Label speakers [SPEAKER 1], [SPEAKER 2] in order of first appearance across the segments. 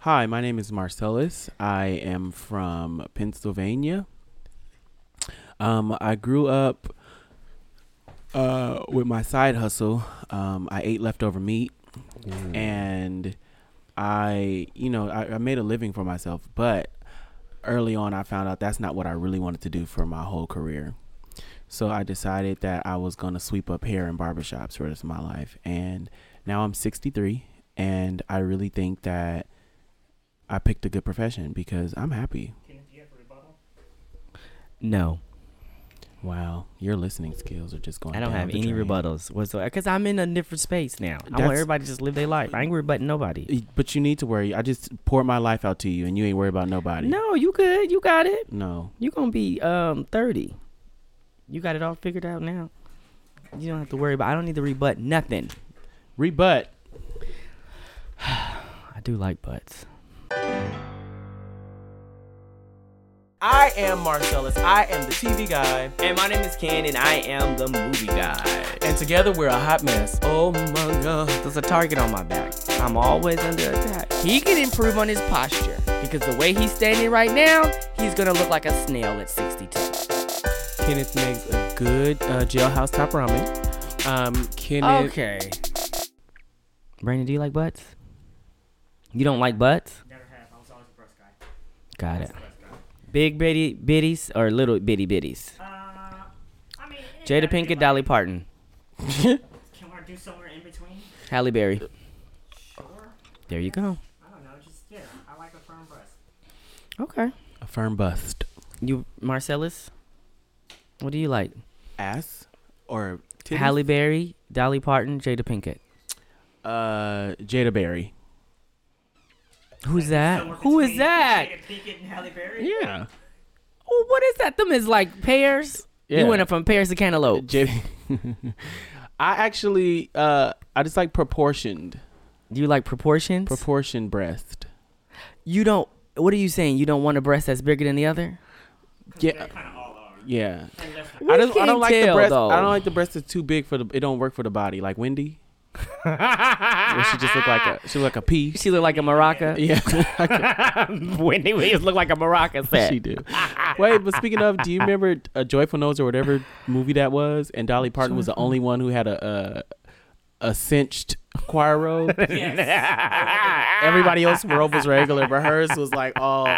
[SPEAKER 1] Hi, my name is Marcellus. I am from Pennsylvania. Um, I grew up uh, with my side hustle. Um, I ate leftover meat Mm.
[SPEAKER 2] Mm.
[SPEAKER 1] and I, you know, I, I made a living for myself. But early on, I found out that's not what I really wanted to do for my whole career. So I decided that I was going to sweep up hair and barbershops for the rest of my life. And now I'm 63, and I really think that I picked a good profession because I'm happy.
[SPEAKER 2] No,
[SPEAKER 1] Wow, your listening skills are just going.
[SPEAKER 2] I don't
[SPEAKER 1] down
[SPEAKER 2] have
[SPEAKER 1] the
[SPEAKER 2] any
[SPEAKER 1] drain.
[SPEAKER 2] rebuttals whatsoever because I'm in a different space now. I want
[SPEAKER 1] That's-
[SPEAKER 2] everybody to just live their life. I ain't rebutting nobody.
[SPEAKER 1] Eh, But you need to worry. I just poured my life out to you, and you ain't worried about nobody.
[SPEAKER 2] No, you good. You got it.
[SPEAKER 1] no.
[SPEAKER 2] You're gonna be um 30. You got it all figured out now. You don't have to worry about. I don't need to rebut nothing.
[SPEAKER 1] Rebut.
[SPEAKER 2] I do like butts.
[SPEAKER 3] I am Marcellus. I am the TV guy.
[SPEAKER 2] And my name is Ken, and I am the movie guy.
[SPEAKER 3] And together we're a hot mess. Oh my god.
[SPEAKER 2] There's a target on my back. I'm always under attack.
[SPEAKER 4] He can improve on his posture because the way he's standing right now, he's gonna look like a snail at 62.
[SPEAKER 3] Kenneth makes a good uh, jailhouse top ramen. Um,
[SPEAKER 2] Oh,
[SPEAKER 3] Kenneth.
[SPEAKER 4] Okay.
[SPEAKER 2] Brandon, do you like butts? You don't like butts? Never have. I was always a breast guy. Got it. Big bitty bitties or little bitty bitties?
[SPEAKER 5] Uh,
[SPEAKER 2] Jada Pinkett, Dolly Parton,
[SPEAKER 5] Can we do somewhere in between?
[SPEAKER 2] Halle Berry.
[SPEAKER 5] Sure.
[SPEAKER 2] There you go.
[SPEAKER 5] I don't know. Just yeah. I like a firm breast.
[SPEAKER 2] Okay.
[SPEAKER 1] A firm bust.
[SPEAKER 2] You, Marcellus? What do you like?
[SPEAKER 1] Ass or titties?
[SPEAKER 2] Halle Berry, Dolly Parton, Jada Pinkett.
[SPEAKER 1] Uh, Jada Berry.
[SPEAKER 2] Who's that?
[SPEAKER 5] Somewhere
[SPEAKER 2] Who is
[SPEAKER 5] between
[SPEAKER 2] that?
[SPEAKER 5] Jada Pinkett and Halle Berry.
[SPEAKER 1] Yeah.
[SPEAKER 2] Oh, what is that? Them is like pears.
[SPEAKER 1] Yeah.
[SPEAKER 2] You went up from pears to cantaloupe.
[SPEAKER 1] Jada. I actually, uh, I just like proportioned,
[SPEAKER 2] do you like proportions?
[SPEAKER 1] proportioned breast.
[SPEAKER 2] you don't. What are you saying? You don't want a breast that's bigger than the other?
[SPEAKER 1] Yeah. Yeah.
[SPEAKER 2] We
[SPEAKER 1] I don't. I
[SPEAKER 2] can't
[SPEAKER 1] don't like the
[SPEAKER 2] tell,
[SPEAKER 1] breast.
[SPEAKER 2] though.
[SPEAKER 1] I don't like the breast that's too big for the. It don't work for the body. Like Wendy. Where she just looked like a. She looked like a pea.
[SPEAKER 2] She look like a maraca.
[SPEAKER 1] Yeah.
[SPEAKER 2] Wendy Williams look like a maraca set.
[SPEAKER 1] she do. Wait, but speaking of, do you remember a Joyful Nose or whatever movie that was? And Dolly Parton was the only one who had a a, a cinched choir robe. Everybody else's robe was regular, but hers was like all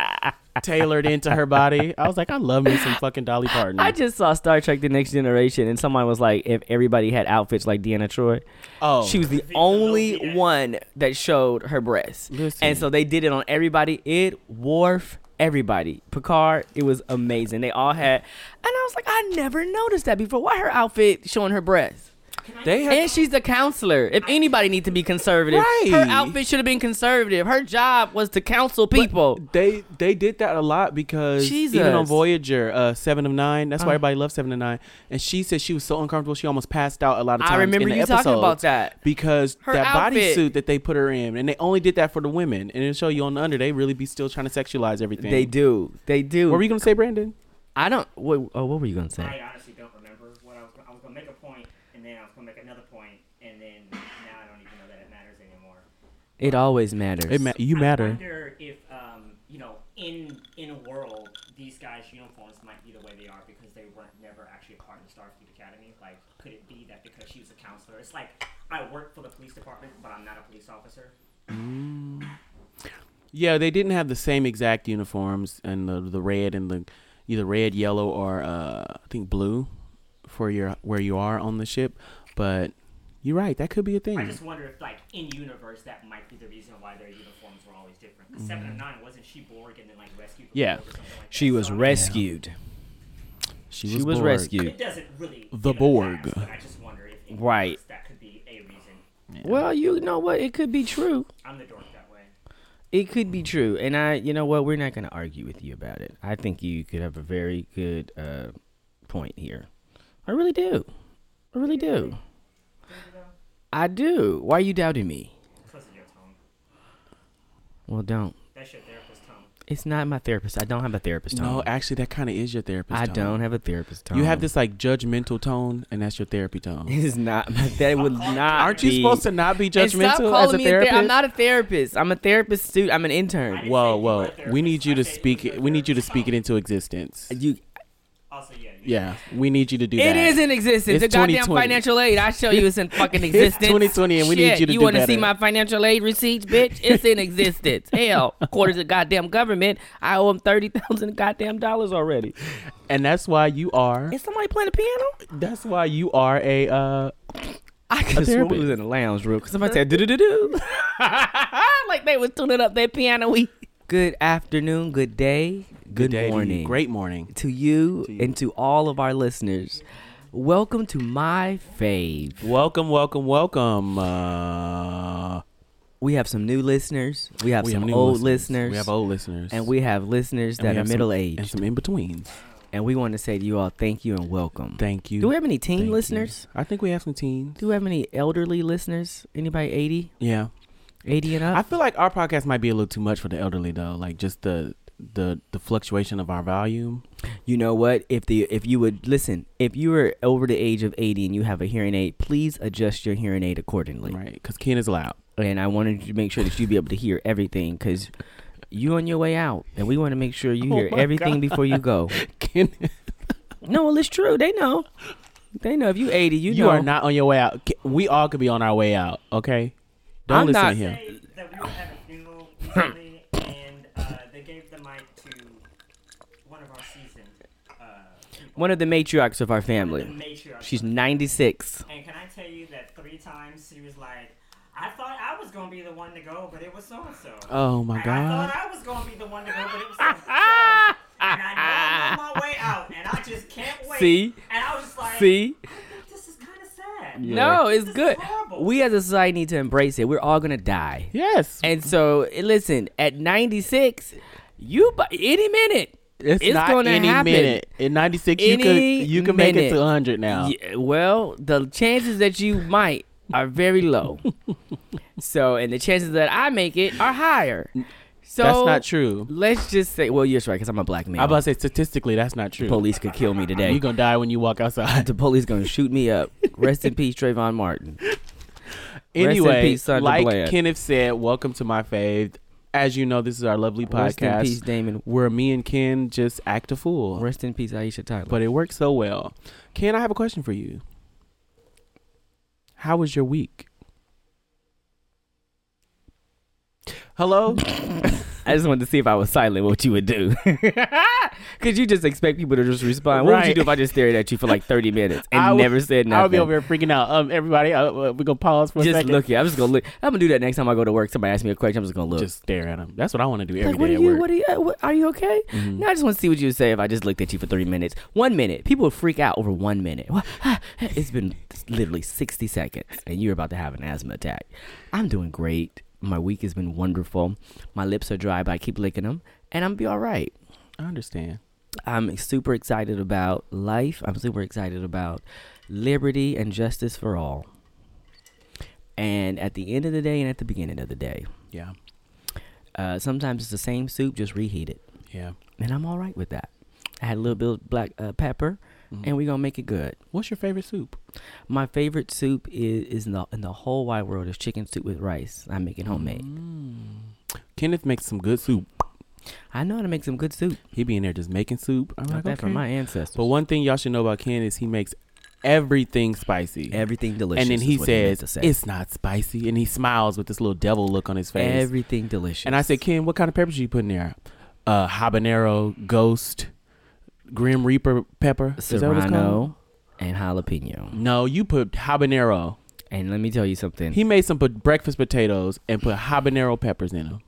[SPEAKER 1] tailored into her body. I was like, I love me some fucking Dolly Parton.
[SPEAKER 2] I just saw Star Trek: The Next Generation, and someone was like, "If everybody had outfits like Deanna Troy,
[SPEAKER 1] oh,
[SPEAKER 2] she was the only one that showed her breasts."
[SPEAKER 1] Listen.
[SPEAKER 2] And so they did it on everybody. It Worf, everybody, Picard. It was amazing. They all had, and I was like, I never noticed that before. Why her outfit showing her breasts?
[SPEAKER 3] They had.
[SPEAKER 2] And she's the counselor. If anybody needs to be conservative,
[SPEAKER 1] Right.
[SPEAKER 2] her outfit should have been conservative. Her job was to counsel people.
[SPEAKER 1] They they did that a lot because even on
[SPEAKER 2] Jesus.
[SPEAKER 1] Voyager, uh, Seven of Nine. That's why
[SPEAKER 2] Uh.
[SPEAKER 1] everybody loves Seven of Nine. And she said she was so uncomfortable she almost passed out a lot of times.
[SPEAKER 2] I remember
[SPEAKER 1] in the
[SPEAKER 2] you talking about
[SPEAKER 1] episodes
[SPEAKER 2] that.
[SPEAKER 1] because
[SPEAKER 2] Her
[SPEAKER 1] that
[SPEAKER 2] outfit.
[SPEAKER 1] bodysuit that they put her in, and they only did that for the women. And it'll show you on the under. They really be still trying to sexualize everything.
[SPEAKER 2] They do. They do.
[SPEAKER 1] What were you gonna say, Brandon?
[SPEAKER 2] I don't. What, oh, what were you gonna say?
[SPEAKER 5] I honestly don't remember what I was. I was gonna make a point, and then I was gonna make another point, and then now I don't even know that it matters anymore.
[SPEAKER 2] It always matters.
[SPEAKER 1] It ma- you
[SPEAKER 5] I
[SPEAKER 1] matter.
[SPEAKER 5] wonder if um, you know, in in a world, these guys' uniforms might be the way they are because they weren't never actually a part of the Starfleet Academy. Like, could it be that because she was a counselor, it's like I work for the police department, but I'm not a police officer.
[SPEAKER 1] Yeah, they didn't have the same exact uniforms and the the red and the either red, yellow, or uh, I think blue for your where you are on the ship. But you're right. That could be a thing.
[SPEAKER 5] I just wonder if, like, in universe, that might be the reason why their uniforms were always different. 'Cause Seven of Nine wasn't she Borg and then like rescued?
[SPEAKER 1] Mm-hmm.
[SPEAKER 5] from
[SPEAKER 1] Yeah.
[SPEAKER 5] Borg or something like
[SPEAKER 2] She
[SPEAKER 5] that?
[SPEAKER 2] was
[SPEAKER 5] So, I mean,
[SPEAKER 2] rescued. She was,
[SPEAKER 1] Borg.
[SPEAKER 2] rescued.
[SPEAKER 5] It doesn't really.
[SPEAKER 1] The
[SPEAKER 5] give a
[SPEAKER 1] Borg.
[SPEAKER 5] pass, but I just wonder if in
[SPEAKER 2] Right.
[SPEAKER 5] universe that could be a reason.
[SPEAKER 2] Well, you know what? It could be true.
[SPEAKER 5] I'm the dork that way.
[SPEAKER 2] It could be true. And I, you know what? We're not gonna argue with you about it. I think you could have a very good uh, point here. I really do. I really do. I do. Why are you doubting me?
[SPEAKER 5] Because of your tone.
[SPEAKER 2] Well, don't.
[SPEAKER 5] That's your therapist tone.
[SPEAKER 2] It's not my therapist. I don't have a therapist. Tone.
[SPEAKER 1] No, actually, that kind of is your therapist.
[SPEAKER 2] I
[SPEAKER 1] tone.
[SPEAKER 2] don't have a therapist. Tone.
[SPEAKER 1] You have this like judgmental tone, and that's your therapy tone.
[SPEAKER 2] It is not. my- That would not.
[SPEAKER 1] Aren't you
[SPEAKER 2] be-
[SPEAKER 1] supposed to not be
[SPEAKER 2] And stop
[SPEAKER 1] judgmental
[SPEAKER 2] calling
[SPEAKER 1] as a
[SPEAKER 2] me ther-
[SPEAKER 1] therapist?
[SPEAKER 2] I'm not a therapist. I'm a therapist student. I'm an
[SPEAKER 1] Whoa,
[SPEAKER 2] intern.
[SPEAKER 5] you were a
[SPEAKER 1] whoa! We
[SPEAKER 5] therapist.
[SPEAKER 1] need you
[SPEAKER 5] I
[SPEAKER 1] to
[SPEAKER 5] said you
[SPEAKER 1] speak.
[SPEAKER 5] were a
[SPEAKER 1] It, we need you to
[SPEAKER 5] therapist.
[SPEAKER 1] speak it into existence.
[SPEAKER 2] You.
[SPEAKER 5] Also, yeah. you-
[SPEAKER 1] Yeah, we need you to do
[SPEAKER 2] It
[SPEAKER 1] that.
[SPEAKER 2] is in
[SPEAKER 1] It's
[SPEAKER 2] existence. the goddamn
[SPEAKER 1] 2020.
[SPEAKER 2] financial aid. I show you it's in fucking
[SPEAKER 1] It's
[SPEAKER 2] existence.
[SPEAKER 1] 2020 and we need
[SPEAKER 2] Shit,
[SPEAKER 1] you to
[SPEAKER 2] You
[SPEAKER 1] do
[SPEAKER 2] wanna see
[SPEAKER 1] better.
[SPEAKER 2] my financial aid receipts, bitch? It's in existence. Hell, quarters of goddamn government. I owe them thirty thousand goddamn dollars already.
[SPEAKER 1] and that's why you are.
[SPEAKER 2] Is somebody playing the piano?
[SPEAKER 1] That's why you are a. Uh,
[SPEAKER 2] I could
[SPEAKER 1] swear we
[SPEAKER 2] swear
[SPEAKER 1] was
[SPEAKER 2] in the lounge room because somebody said do do do do, like they was tuning up their piano. We. Good afternoon. Good day. Good,
[SPEAKER 1] day to you.
[SPEAKER 2] morning.
[SPEAKER 1] Great morning.
[SPEAKER 2] to you, and to all of our listeners. Welcome to my fave.
[SPEAKER 1] Welcome, welcome, welcome. Uh,
[SPEAKER 2] We have some new listeners. We have
[SPEAKER 1] we
[SPEAKER 2] some
[SPEAKER 1] have new
[SPEAKER 2] old
[SPEAKER 1] We have old listeners,
[SPEAKER 2] and we have listeners
[SPEAKER 1] And we
[SPEAKER 2] that are
[SPEAKER 1] have some-
[SPEAKER 2] middle
[SPEAKER 1] and
[SPEAKER 2] aged,
[SPEAKER 1] some in betweens.
[SPEAKER 2] and we want to say to you all, thank you and welcome.
[SPEAKER 1] Thank you.
[SPEAKER 2] Do we have any teen
[SPEAKER 1] Thank you.
[SPEAKER 2] listeners?
[SPEAKER 1] I think we have some teens.
[SPEAKER 2] Do we have any elderly listeners? Anybody 80,
[SPEAKER 1] Yeah,
[SPEAKER 2] 80 and
[SPEAKER 1] I
[SPEAKER 2] up?
[SPEAKER 1] feel like our podcast might be a little too much for the elderly though. Like just the the the fluctuation of our volume.
[SPEAKER 2] you know what? If the if you would listen, if you are over the age of eighty and you have a hearing aid, please adjust your hearing aid accordingly.
[SPEAKER 1] Right, because Ken is loud.
[SPEAKER 2] and I wanted to make sure that you be able to hear everything because you on your way out, and we want to make sure you
[SPEAKER 1] Oh
[SPEAKER 2] hear
[SPEAKER 1] my
[SPEAKER 2] everything
[SPEAKER 1] God.
[SPEAKER 2] before you go.
[SPEAKER 1] Ken,
[SPEAKER 2] No, well, it's true. They know. They know. If you eighty, you,
[SPEAKER 1] you,
[SPEAKER 2] know.
[SPEAKER 1] are not on your way out. Ke- We all could be on our way out. Okay, don't
[SPEAKER 2] I'm
[SPEAKER 1] listen
[SPEAKER 2] not-
[SPEAKER 1] to him.
[SPEAKER 5] Say that we were at a funeral recently, and uh, they gave the mic to one of our seasoned uh, people,
[SPEAKER 2] one of the matriarchs of our
[SPEAKER 5] the
[SPEAKER 2] family.
[SPEAKER 5] matriarchs.
[SPEAKER 2] She's ninety six.
[SPEAKER 5] And can I tell you that three times she was like, I thought I was gonna be the one to go, but it was so and so.
[SPEAKER 1] Oh my
[SPEAKER 5] I thought
[SPEAKER 1] god.
[SPEAKER 5] I was gonna be the one to go, but it was so and so. And I know I'm on my way out, and I just can't wait.
[SPEAKER 2] See?
[SPEAKER 5] And I was just like,
[SPEAKER 2] See,
[SPEAKER 5] this is kind of sad.
[SPEAKER 2] no, it's
[SPEAKER 5] This is
[SPEAKER 2] good.
[SPEAKER 5] horrible.
[SPEAKER 2] We as a society need to embrace it. We're all gonna die,
[SPEAKER 1] Yes,
[SPEAKER 2] and so eh, listen. At ninety six, you bu- any minute.
[SPEAKER 1] it's,
[SPEAKER 2] it's
[SPEAKER 1] not
[SPEAKER 2] gonna
[SPEAKER 1] any
[SPEAKER 2] happen.
[SPEAKER 1] minute. In '96, you could
[SPEAKER 2] Any
[SPEAKER 1] you can make it
[SPEAKER 2] minute.
[SPEAKER 1] to 100 now.
[SPEAKER 2] Yeah, well, the chances that you might are very low. so, and the chances that I make it are higher. So
[SPEAKER 1] That's not true.
[SPEAKER 2] Let's just say, well, you're right, because I'm a black man.
[SPEAKER 1] I'm about to say statistically, that's not true.
[SPEAKER 2] police could kill me today.
[SPEAKER 1] You're gonna die when you walk outside.
[SPEAKER 2] the police gonna shoot me up. Rest in peace, Trayvon Martin. in
[SPEAKER 1] anyway,
[SPEAKER 2] peace, Sandra
[SPEAKER 1] like
[SPEAKER 2] Bland.
[SPEAKER 1] Kenneth said, welcome to my fave. As you know, this is our lovely
[SPEAKER 2] Rest in
[SPEAKER 1] podcast
[SPEAKER 2] peace, Damon.
[SPEAKER 1] where me and Ken just act a fool,
[SPEAKER 2] Rest in peace, Aisha Tyler.
[SPEAKER 1] but it works so well. Ken, I have a question for you. How was your week? Hello.
[SPEAKER 2] I just wanted to see if I was silent, what you would do. Cause you just expect people to just respond. What would you
[SPEAKER 1] Right.
[SPEAKER 2] do if I just stared at you for like 30 minutes and
[SPEAKER 1] I would-
[SPEAKER 2] never said nothing?
[SPEAKER 1] I'll be over here freaking out. Um, everybody, uh, uh, we gonna pause for a
[SPEAKER 2] just
[SPEAKER 1] second.
[SPEAKER 2] look it. I'm just gonna look. I'm gonna do that next time I go to work. Somebody asks me a question. I'm just gonna look.
[SPEAKER 1] Just stare at him. That's what I want to do every
[SPEAKER 2] like,
[SPEAKER 1] day
[SPEAKER 2] what are
[SPEAKER 1] at
[SPEAKER 2] you?
[SPEAKER 1] work.
[SPEAKER 2] What are you? uh, What, are you okay?
[SPEAKER 1] Mhm.
[SPEAKER 2] No, I just want to see what you would say if I just looked at you for three minutes. One minute. People would freak out over one minute. Wha- It's been literally 60 seconds, and you're about to have an asthma attack. I'm doing great. My week has been wonderful. My lips are dry, but I keep licking them, and I'm be all right.
[SPEAKER 1] I understand.
[SPEAKER 2] I'm super excited about life. I'm super excited about liberty and justice for all. And at the end of the day and at the beginning of the day,
[SPEAKER 1] Yeah,
[SPEAKER 2] uh, sometimes it's the same soup, just reheated.
[SPEAKER 1] yeah.
[SPEAKER 2] And I'm all right with that. I had a little bit of black uh, pepper,
[SPEAKER 1] Mhm.
[SPEAKER 2] and we're going to make it good.
[SPEAKER 1] What's your favorite soup?
[SPEAKER 2] My favorite soup is, is in, the, in the whole wide world is chicken soup with rice. I make it homemade.
[SPEAKER 1] Mm. Kenneth makes some good soup.
[SPEAKER 2] I know how to make some good soup.
[SPEAKER 1] He be in there just making soup. I'm
[SPEAKER 2] I got
[SPEAKER 1] like,
[SPEAKER 2] that
[SPEAKER 1] okay.
[SPEAKER 2] from my ancestors.
[SPEAKER 1] But one thing y'all should know about Ken is he makes everything spicy.
[SPEAKER 2] Everything delicious.
[SPEAKER 1] and then
[SPEAKER 2] is
[SPEAKER 1] he
[SPEAKER 2] what
[SPEAKER 1] says,
[SPEAKER 2] meant to say.
[SPEAKER 1] it's not spicy. And he smiles with this little devil look on his face.
[SPEAKER 2] everything delicious.
[SPEAKER 1] and I said, Ken, what kind of peppers you put in there? Uh, habanero, ghost, grim reaper pepper. Is that what it's called?
[SPEAKER 2] serrano and jalapeno.
[SPEAKER 1] No, you put habanero.
[SPEAKER 2] And let me tell you something.
[SPEAKER 1] He made some po- breakfast potatoes and put habanero peppers in them.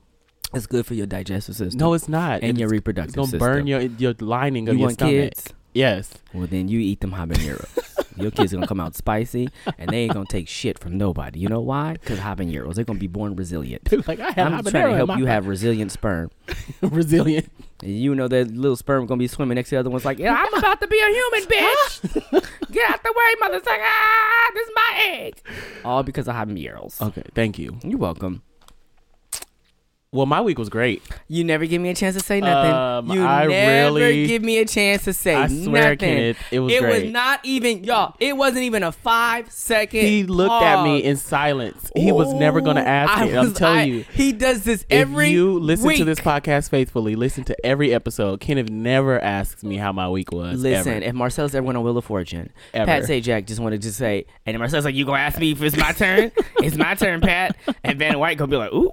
[SPEAKER 2] it's good for your digestive system.
[SPEAKER 1] No, it's not.
[SPEAKER 2] and your
[SPEAKER 1] it's,
[SPEAKER 2] reproductive
[SPEAKER 1] it's gonna
[SPEAKER 2] system.
[SPEAKER 1] burn your your lining of
[SPEAKER 2] you
[SPEAKER 1] your
[SPEAKER 2] want
[SPEAKER 1] stomach.
[SPEAKER 2] kids?
[SPEAKER 1] Yes.
[SPEAKER 2] Well, then you eat them habaneros. Your kids gonna come out spicy, and they ain't gonna take shit from nobody. You know why? Cause habaneros, they're gonna be born resilient.
[SPEAKER 1] like I have habanero
[SPEAKER 2] I'm just trying to
[SPEAKER 1] in
[SPEAKER 2] help
[SPEAKER 1] my-
[SPEAKER 2] you have resilient sperm.
[SPEAKER 1] resilient.
[SPEAKER 2] And you know that little sperm gonna be swimming next to the other one's like, yeah, I'm about to be a human, bitch. Get out the way, motherfucker! Ah, this is
[SPEAKER 1] Uh,
[SPEAKER 2] my egg. All because of habaneros.
[SPEAKER 1] Okay, thank you.
[SPEAKER 2] You're welcome.
[SPEAKER 1] Well, my week was great.
[SPEAKER 4] You never give me a chance to say nothing.
[SPEAKER 1] Um,
[SPEAKER 4] you
[SPEAKER 1] I
[SPEAKER 4] never
[SPEAKER 1] really-
[SPEAKER 4] give me a chance to say
[SPEAKER 1] I
[SPEAKER 4] nothing.
[SPEAKER 1] swear, Kenneth, it was
[SPEAKER 4] It was
[SPEAKER 1] great.
[SPEAKER 4] not even y'all. It wasn't even a five second.
[SPEAKER 1] He looked at me
[SPEAKER 4] pause.
[SPEAKER 1] in silence. He was never going to
[SPEAKER 4] Ooh,
[SPEAKER 1] ask
[SPEAKER 4] I
[SPEAKER 1] me. and I'm
[SPEAKER 4] was-
[SPEAKER 1] telling
[SPEAKER 4] I-
[SPEAKER 1] you.
[SPEAKER 4] he does this every.
[SPEAKER 1] if you listen
[SPEAKER 4] week.
[SPEAKER 1] to this podcast faithfully, listen to every episode. Kenneth never asks me how my week was.
[SPEAKER 2] Listen,
[SPEAKER 1] ever.
[SPEAKER 2] if Marcel's ever went on Wheel of Fortune,
[SPEAKER 1] Ever.
[SPEAKER 2] Pat say Jack just wanted to say, and then Marcel's like, "You gonna ask me if it's my turn? it's my turn, Pat." And Van White gonna be like, "Ooh,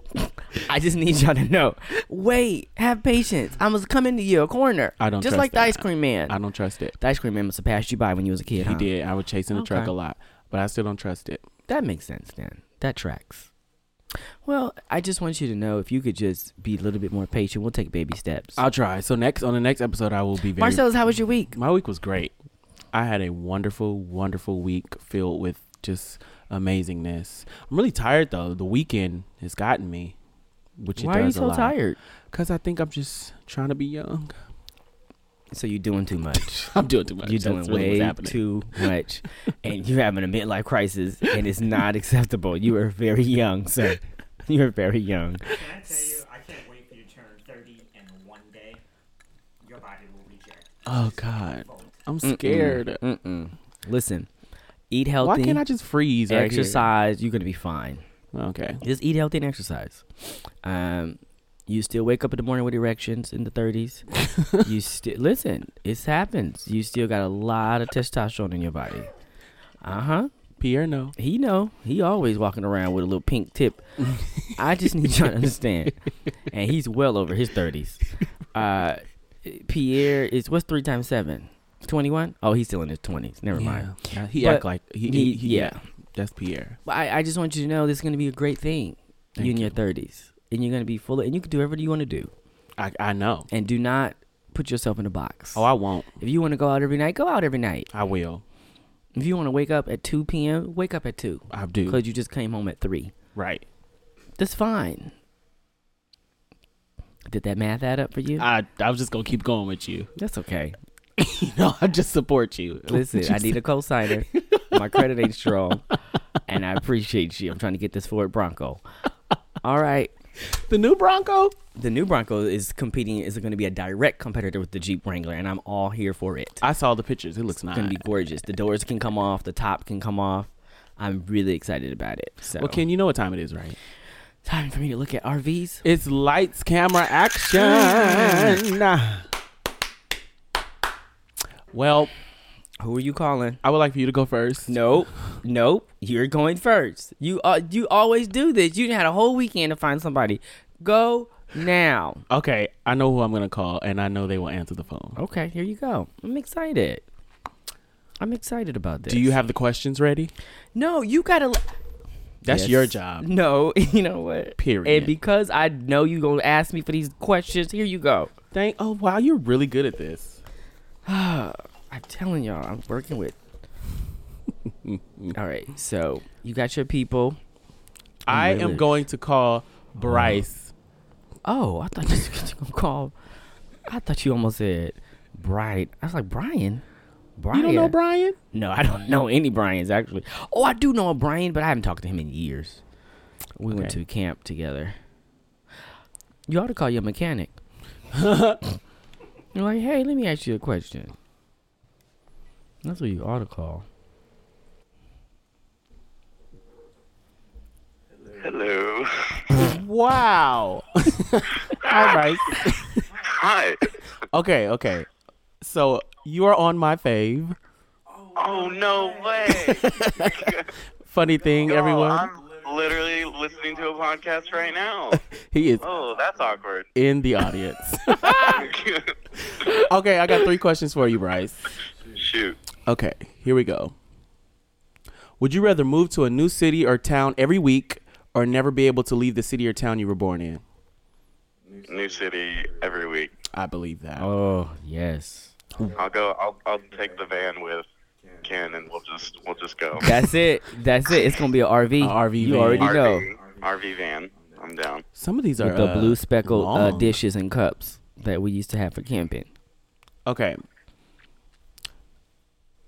[SPEAKER 4] I just need y'all to know. Wait, have patience. I was coming to your corner.
[SPEAKER 1] I don't
[SPEAKER 4] just
[SPEAKER 1] trust
[SPEAKER 4] like the
[SPEAKER 1] that.
[SPEAKER 4] ice cream man.
[SPEAKER 1] I don't trust it.
[SPEAKER 2] the ice cream man must have passed you by when you was a kid."
[SPEAKER 1] He
[SPEAKER 2] huh?
[SPEAKER 1] did. I was chasing the truck
[SPEAKER 2] Okay.
[SPEAKER 1] a lot, but I still don't trust it.
[SPEAKER 2] That makes sense. Then that tracks.
[SPEAKER 4] well,
[SPEAKER 2] I just want you to know if you could just be a little bit more patient, we'll take baby steps.
[SPEAKER 1] I'll try. So next on the next episode, I will be very.
[SPEAKER 4] Marcellus, how was your week?
[SPEAKER 1] my week was great. I had a wonderful, wonderful week filled with just amazingness. I'm really tired though. The weekend has gotten me, which it
[SPEAKER 2] Why are you
[SPEAKER 1] does a
[SPEAKER 2] so
[SPEAKER 1] lot.
[SPEAKER 2] tired?
[SPEAKER 1] Cause I think I'm just trying to be young.
[SPEAKER 2] So you're doing too much.
[SPEAKER 1] I'm doing too much.
[SPEAKER 2] You're
[SPEAKER 1] That's
[SPEAKER 2] doing
[SPEAKER 1] really what's
[SPEAKER 2] way
[SPEAKER 1] happening.
[SPEAKER 2] too much, and you're having a midlife crisis, and it's not acceptable. You are very young, sir. You are very young.
[SPEAKER 5] Can I tell you, I can't wait for you to turn 30 and one day. Your body will reject.
[SPEAKER 1] Oh God, I'm scared.
[SPEAKER 2] Mm-mm. Listen, eat healthy.
[SPEAKER 1] Why can't I just freeze? Right here?
[SPEAKER 2] exercise? You're gonna be fine.
[SPEAKER 1] Okay.
[SPEAKER 2] Just eat healthy and exercise. Um, you still wake up in the morning with erections in the 30s. you still listen. It happens. You still got a lot of testosterone in your body. Uh huh.
[SPEAKER 1] Pierre, no.
[SPEAKER 2] He know. He always walking around with a little pink tip. I just need y'all to understand. And he's well over his thirties. Uh Pierre is what's three times seven? Twenty one? Oh, he's still in his twenties. Never mind.
[SPEAKER 1] Yeah, Uh, he
[SPEAKER 2] But
[SPEAKER 1] act like he,
[SPEAKER 2] he-
[SPEAKER 1] he- he-
[SPEAKER 2] yeah.
[SPEAKER 1] That's Pierre.
[SPEAKER 2] But I, I just want you to know this is gonna be a great thing.
[SPEAKER 1] Thank
[SPEAKER 2] you in
[SPEAKER 1] you.
[SPEAKER 2] your thirties. And you're gonna be full of and you can do whatever you want to do.
[SPEAKER 1] I I know.
[SPEAKER 2] And do not put yourself in a box.
[SPEAKER 1] Oh, I won't.
[SPEAKER 2] if you want to go out every night, go out every night.
[SPEAKER 1] I will.
[SPEAKER 2] If you want to wake up at two PM, wake up at two.
[SPEAKER 1] I do.
[SPEAKER 2] Because you just came home at three.
[SPEAKER 1] Right.
[SPEAKER 2] That's fine. Did that math add up for you?
[SPEAKER 1] I I was just gonna keep going with you.
[SPEAKER 2] That's okay.
[SPEAKER 1] you know, I just support you.
[SPEAKER 2] Listen, I need a co-signer. My credit ain't strong, and I appreciate you. I'm trying to get this Ford Bronco. All right,
[SPEAKER 1] the new Bronco.
[SPEAKER 2] the new Bronco is competing. Is going to be a direct competitor with the Jeep Wrangler, and I'm all here for it.
[SPEAKER 1] I saw the pictures. It looks
[SPEAKER 2] It's
[SPEAKER 1] nice.
[SPEAKER 2] going to be gorgeous. The doors can come off. The top can come off. I'm really excited about it. So,
[SPEAKER 1] well, Ken, you know what time it is, right?
[SPEAKER 2] time for me to look at RVs.
[SPEAKER 1] It's lights, camera, action.
[SPEAKER 2] Mm.
[SPEAKER 1] well,
[SPEAKER 2] Who are you calling?
[SPEAKER 1] I would like for you to go first.
[SPEAKER 2] Nope. Nope. You're going first. You uh, you always do this. You had a whole weekend to find somebody. Go now.
[SPEAKER 1] Okay, I know who I'm gonna call, and I know they will answer the phone.
[SPEAKER 2] Okay, here you go. I'm excited. I'm excited about this.
[SPEAKER 1] Do you have the questions ready?
[SPEAKER 2] No, you got to
[SPEAKER 1] That's your job.
[SPEAKER 2] No, you know what?
[SPEAKER 1] Period.
[SPEAKER 2] And because I know you going to ask me for these questions, here you go.
[SPEAKER 1] Thank. Oh wow, you're really good at this.
[SPEAKER 2] I'm telling y'all, I'm working with All right. So, you got your people.
[SPEAKER 1] I am
[SPEAKER 2] really-
[SPEAKER 1] going to call Bryce.
[SPEAKER 2] Oh, I thought you were gonna call. I thought you almost said Brian. I was like Brian. Brian.
[SPEAKER 1] You don't know Brian?
[SPEAKER 2] No, I don't know any Brian's actually. Oh, I do know a Brian, but I haven't talked to him in years. We went
[SPEAKER 1] Okay.
[SPEAKER 2] to camp together. You ought to call your mechanic. You're like, hey, let me ask you a question. That's what you ought to call.
[SPEAKER 6] Hello.
[SPEAKER 1] Wow. Hi, Bryce.
[SPEAKER 6] Hi.
[SPEAKER 1] Okay, okay. So you are on my fave.
[SPEAKER 6] Oh no way.
[SPEAKER 1] Funny thing,
[SPEAKER 6] Y'all,
[SPEAKER 1] everyone.
[SPEAKER 6] I'm literally listening to a podcast right now.
[SPEAKER 1] He is
[SPEAKER 6] Oh, that's awkward.
[SPEAKER 1] in the audience. okay, I got three questions for you, Bryce.
[SPEAKER 6] Shoot.
[SPEAKER 1] Okay, here we go. Would you rather move to a new city or town every week or never be able to leave the city or town you were born in?
[SPEAKER 6] New city every week.
[SPEAKER 1] I believe that.
[SPEAKER 2] Oh yes,
[SPEAKER 6] I'll go I'll I'll take the van with Ken and we'll just we'll just go.
[SPEAKER 2] that's it. That's it. It's gonna be an RV.
[SPEAKER 1] A RV
[SPEAKER 2] You
[SPEAKER 1] van.
[SPEAKER 2] already know.
[SPEAKER 6] RV, RV van. I'm down.
[SPEAKER 1] Some of these are
[SPEAKER 2] with the
[SPEAKER 1] uh,
[SPEAKER 2] blue speckled uh,
[SPEAKER 1] long.
[SPEAKER 2] dishes and cups that we used to have for camping.
[SPEAKER 1] Okay.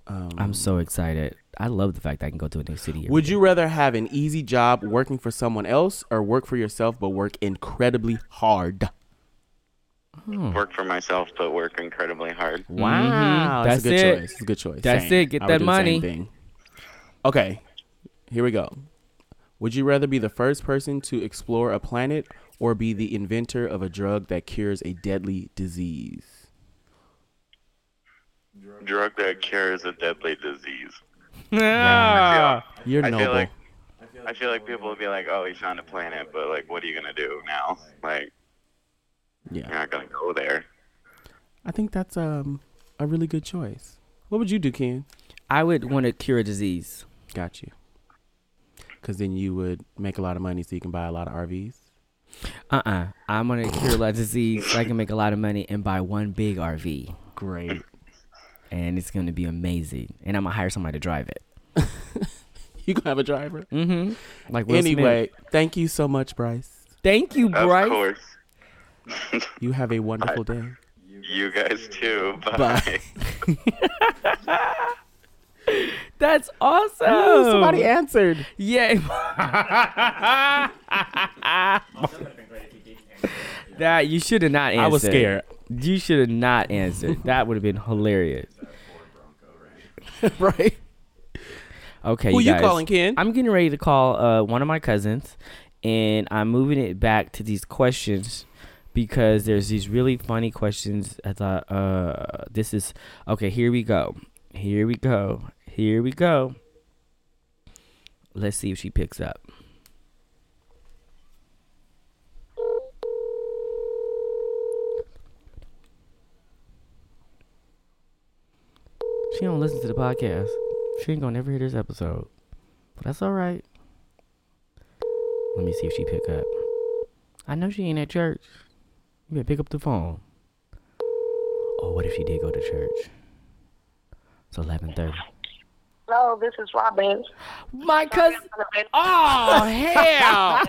[SPEAKER 1] Um,
[SPEAKER 2] Um, I'm so excited. I love the fact that I can go to a new city.
[SPEAKER 1] Would you rather have an easy job working for someone else or work for yourself but work incredibly hard?
[SPEAKER 6] Work for myself, but work incredibly hard.
[SPEAKER 1] Wow, that's, a good
[SPEAKER 2] Mm-hmm. That's it.
[SPEAKER 1] choice. It's a good choice.
[SPEAKER 2] That's it. Get
[SPEAKER 1] I would
[SPEAKER 2] that
[SPEAKER 1] do the same
[SPEAKER 2] money.
[SPEAKER 1] thing. Okay, here we go. Would you rather be the first person to explore a planet or be the inventor of a drug that cures a deadly disease?
[SPEAKER 6] Drug that cures a deadly disease.
[SPEAKER 1] You're
[SPEAKER 6] I
[SPEAKER 1] noble.
[SPEAKER 6] feel like I feel like people will be like, "Oh, he found a planet, but like, what are you gonna do now? Like, you're
[SPEAKER 1] yeah,
[SPEAKER 6] not gonna go there."
[SPEAKER 1] I think that's um a really good choice. What would you do, Ken?
[SPEAKER 2] I would want to cure a disease.
[SPEAKER 1] Got you. Because then you would make a lot of money so you can buy a lot of RVs.
[SPEAKER 2] Uh uh-uh. uh. i am going to cure a disease. so I can make a lot of money and buy one big RV.
[SPEAKER 1] Great.
[SPEAKER 2] And it's going to be amazing. And I'm going to hire somebody to drive it.
[SPEAKER 1] You can have a driver.
[SPEAKER 2] Mm hmm. Like, Will Smith.
[SPEAKER 1] anyway, thank you so much, Bryce.
[SPEAKER 2] Thank you,
[SPEAKER 6] Of
[SPEAKER 2] Bryce.
[SPEAKER 6] course,
[SPEAKER 1] You have a wonderful day.
[SPEAKER 6] you guys too.
[SPEAKER 1] Bye.
[SPEAKER 6] Bye.
[SPEAKER 2] That's awesome.
[SPEAKER 1] Oh, somebody answered.
[SPEAKER 2] Yeah. that you should have not answered.
[SPEAKER 1] I was scared.
[SPEAKER 2] You should have not answered. That would have been hilarious.
[SPEAKER 1] right?
[SPEAKER 2] Okay,
[SPEAKER 1] Who
[SPEAKER 2] you
[SPEAKER 1] you
[SPEAKER 2] guys.
[SPEAKER 1] calling, Ken?
[SPEAKER 2] I'm getting ready to call uh, one of my cousins, and I'm moving it back to these questions because there's these really funny questions. I thought, uh, this is okay. Here we go. Here we go. Here we go. Let's see if she picks up. She don't listen to the podcast. She ain't gonna never hear this episode. But that's all right. Let me see if she pick up. I know she ain't at church. You better pick up the phone. Oh, what if she did go to church? It's eleven thirty.
[SPEAKER 7] Hello, this is Robin.
[SPEAKER 2] My cousin.
[SPEAKER 4] Oh hell!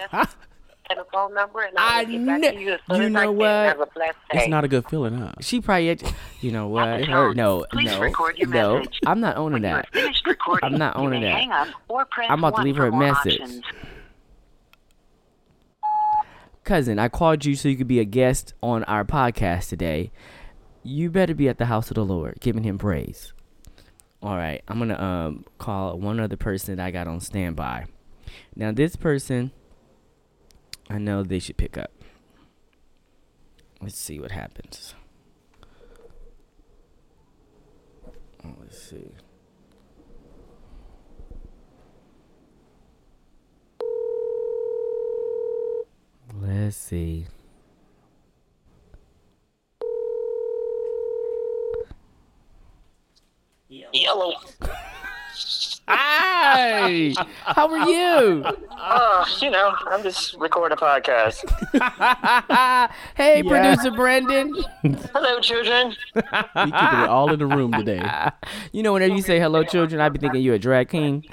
[SPEAKER 7] And the phone number, and I will get back to you as soon
[SPEAKER 2] you
[SPEAKER 7] as
[SPEAKER 2] know
[SPEAKER 7] I can.
[SPEAKER 2] what?
[SPEAKER 7] Have a blessed day.
[SPEAKER 1] It's not a good feeling, huh?
[SPEAKER 2] She probably. At, you know what?
[SPEAKER 7] I'm
[SPEAKER 2] It
[SPEAKER 7] sorry.
[SPEAKER 2] hurt. No,
[SPEAKER 7] Please
[SPEAKER 2] no,
[SPEAKER 7] record your
[SPEAKER 2] no.
[SPEAKER 7] message.
[SPEAKER 2] I'm not owning
[SPEAKER 7] You have
[SPEAKER 2] that.
[SPEAKER 7] finished recording.
[SPEAKER 2] I'm not owning
[SPEAKER 7] you may
[SPEAKER 2] that.
[SPEAKER 7] Hang up or press
[SPEAKER 2] I'm about to
[SPEAKER 7] one
[SPEAKER 2] leave her
[SPEAKER 7] for
[SPEAKER 2] a
[SPEAKER 7] more
[SPEAKER 2] message.
[SPEAKER 7] Options.
[SPEAKER 2] Cousin, I called you so you could be a guest on our podcast today. You better be at the house of the Lord, giving him praise. All right, I'm gonna um call one other person that I got on standby. Now this person, I know they should pick up. Let's see what happens. Oh, Let's see. Let's see.
[SPEAKER 7] Yellow.
[SPEAKER 2] Hi, how are you?
[SPEAKER 7] Oh, you know, I'm just recording a podcast.
[SPEAKER 2] hey, producer Brandon.
[SPEAKER 7] Hello, children.
[SPEAKER 1] We keeping it all in the room today.
[SPEAKER 2] You know, whenever you say hello, children, I be thinking you a drag king.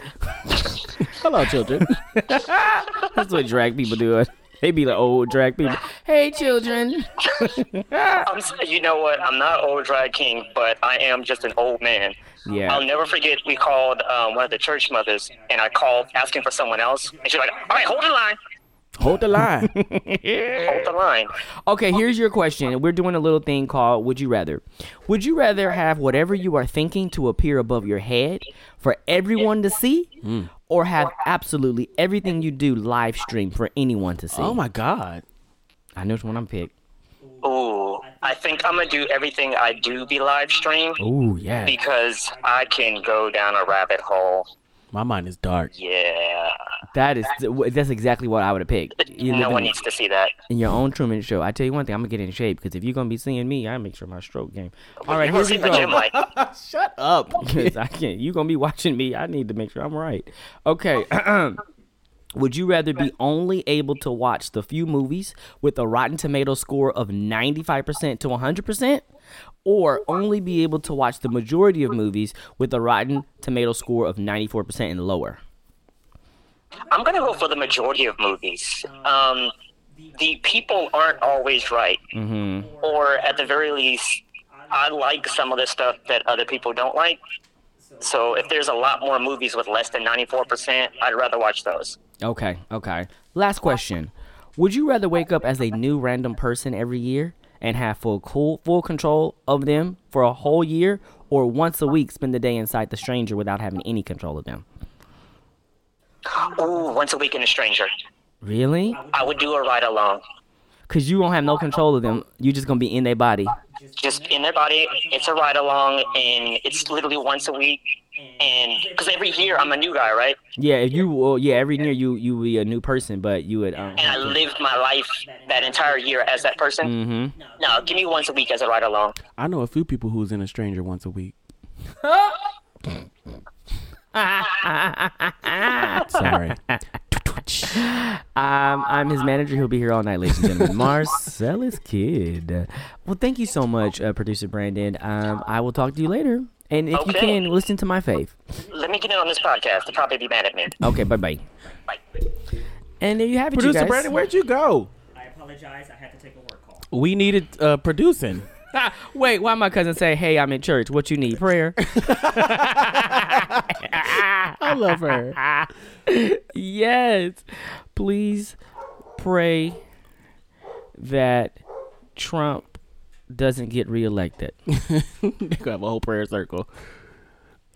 [SPEAKER 1] Hello, children.
[SPEAKER 2] That's what drag people do. They be like old drag people. Hey, children.
[SPEAKER 7] I'm, s- you know what? I'm not old drag king, but I am just an old man. I'll
[SPEAKER 2] Yeah.
[SPEAKER 7] never forget. We called um, one of the church mothers, and I called asking for someone else, and she's like, "All right, hold the line,
[SPEAKER 1] Hold the line.
[SPEAKER 7] hold the line."
[SPEAKER 2] Okay, here's your question. We're doing a little thing called Would You Rather. Would you rather have whatever you are thinking to appear above your head for everyone to see,
[SPEAKER 7] Mm.
[SPEAKER 2] or have absolutely everything you do live streamed for anyone to see?
[SPEAKER 1] Oh my God.
[SPEAKER 2] I know which one I'm picked.
[SPEAKER 7] Ooh, I think I'm gonna do everything I do be live stream
[SPEAKER 2] Ooh, yeah.
[SPEAKER 7] because I can go down a rabbit hole.
[SPEAKER 1] My mind is dark.
[SPEAKER 7] Yeah,
[SPEAKER 2] That is that's exactly what I would have picked. You
[SPEAKER 7] no
[SPEAKER 2] live
[SPEAKER 7] one
[SPEAKER 2] in-
[SPEAKER 7] needs to see that.
[SPEAKER 2] in your own Truman Show. I tell you one thing, I'm gonna get in shape because if you're gonna be seeing me, I make sure my stroke game. All right, here
[SPEAKER 7] You'll
[SPEAKER 2] we
[SPEAKER 7] see the gym
[SPEAKER 2] go.
[SPEAKER 7] light.
[SPEAKER 2] Up, because I can't. You're gonna be watching me. I need to make sure I'm right. Okay. Would you rather be only able to watch the few movies with a Rotten Tomato score of 95% to 100%, or only be able to watch the majority of movies with a Rotten Tomato score of 94% and lower?
[SPEAKER 7] I'm gonna go for the majority of movies. Um, the people aren't always right,
[SPEAKER 2] Mm-hmm.
[SPEAKER 7] or at the very least, I like some of the stuff that other people don't like. So if there's a lot more movies with less than 94%, I'd rather watch those.
[SPEAKER 2] Okay, okay. Last question. Would you rather wake up as a new random person every year and have full cool, full control of them for a whole year or once a week spend the day inside the stranger without having any control of them?
[SPEAKER 7] Ooh, once a week in a stranger.
[SPEAKER 2] Really?
[SPEAKER 7] I would do a ride along.
[SPEAKER 2] Cuz you won't have no control of them. You're just going to be in their body.
[SPEAKER 7] Just in their body, it's a ride along, and it's literally once a week. And because every year I'm a new guy, right?
[SPEAKER 2] Yeah, if you well, yeah, every year you you be a new person, but you would um
[SPEAKER 7] And I lived my life that entire year as that person.
[SPEAKER 2] Mhm.
[SPEAKER 7] No, give me once a week as a ride along.
[SPEAKER 1] I know a few people who's in a stranger once a week. Sorry.
[SPEAKER 2] Um, I'm his manager. He'll be here all night, ladies and gentlemen. Marcellus Kid. Well, thank you so much, uh, producer Brandon. Um, I will talk to you later. And if you
[SPEAKER 7] Okay.
[SPEAKER 2] can, listen to my fave.
[SPEAKER 7] Let me get in on this podcast. They'll probably be mad at me.
[SPEAKER 2] Okay, bye bye.
[SPEAKER 7] Bye.
[SPEAKER 2] And there you have it, you
[SPEAKER 1] Producer
[SPEAKER 2] guys.
[SPEAKER 1] Brandon, where'd you go?
[SPEAKER 5] I apologize. I had to take a work call.
[SPEAKER 1] We needed uh, producing.
[SPEAKER 2] Ah, Wait, why my cousin say, "Hey, I'm in church. What you need? Prayer."
[SPEAKER 1] I love her.
[SPEAKER 2] yes. Please pray that Trump doesn't get reelected.
[SPEAKER 1] they could have a whole prayer circle.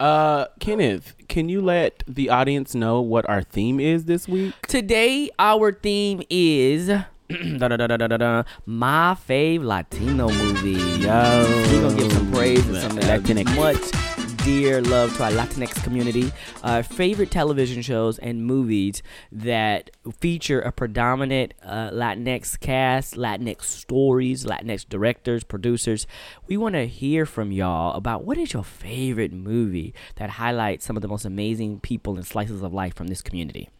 [SPEAKER 1] Uh, Kenneth, can you let the audience know what our theme is this week?
[SPEAKER 2] Today, our theme is da-da-da-da-da-da, my fave Latino movie.
[SPEAKER 1] Yo.
[SPEAKER 2] We're gonna give some praise and some
[SPEAKER 1] Latinx.
[SPEAKER 2] Latinx. much dear love to our Latinx community. Our favorite television shows and movies that feature a predominant uh, Latinx cast, Latinx stories, Latinx directors, producers. We want to hear from y'all about what is your favorite movie that highlights some of the most amazing people and slices of life from this community.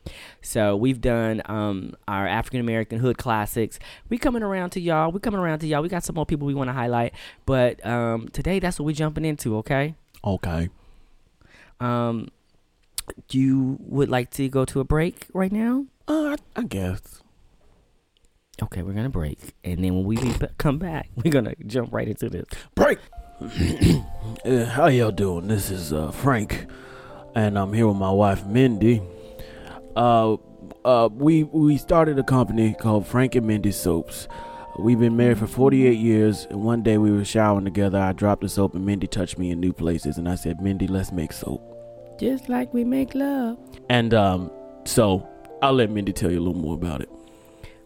[SPEAKER 2] So we've done um, our African American hood classics. We coming around to y'all. We coming around to y'all. We got some more people we want to highlight, but um, today that's what we jumping into. Okay.
[SPEAKER 1] Okay.
[SPEAKER 2] Um, you would like to go to a break right now?
[SPEAKER 1] Uh, I, I guess.
[SPEAKER 2] Okay, we're gonna break, and then when we be come back, we're gonna jump right into this.
[SPEAKER 1] Break. uh, how y'all doing? This is uh, Frank, and I'm here with my wife Mindy. Uh, uh, we we started a company called Frank and Mindy Soaps. We've been married for 48 years, and one day we were showering together. I dropped the soap, and Mindy touched me in new places, and I said, "Mindy, let's make soap."
[SPEAKER 2] Just like we make love.
[SPEAKER 1] And um, so I'll let Mindy tell you a little more about it.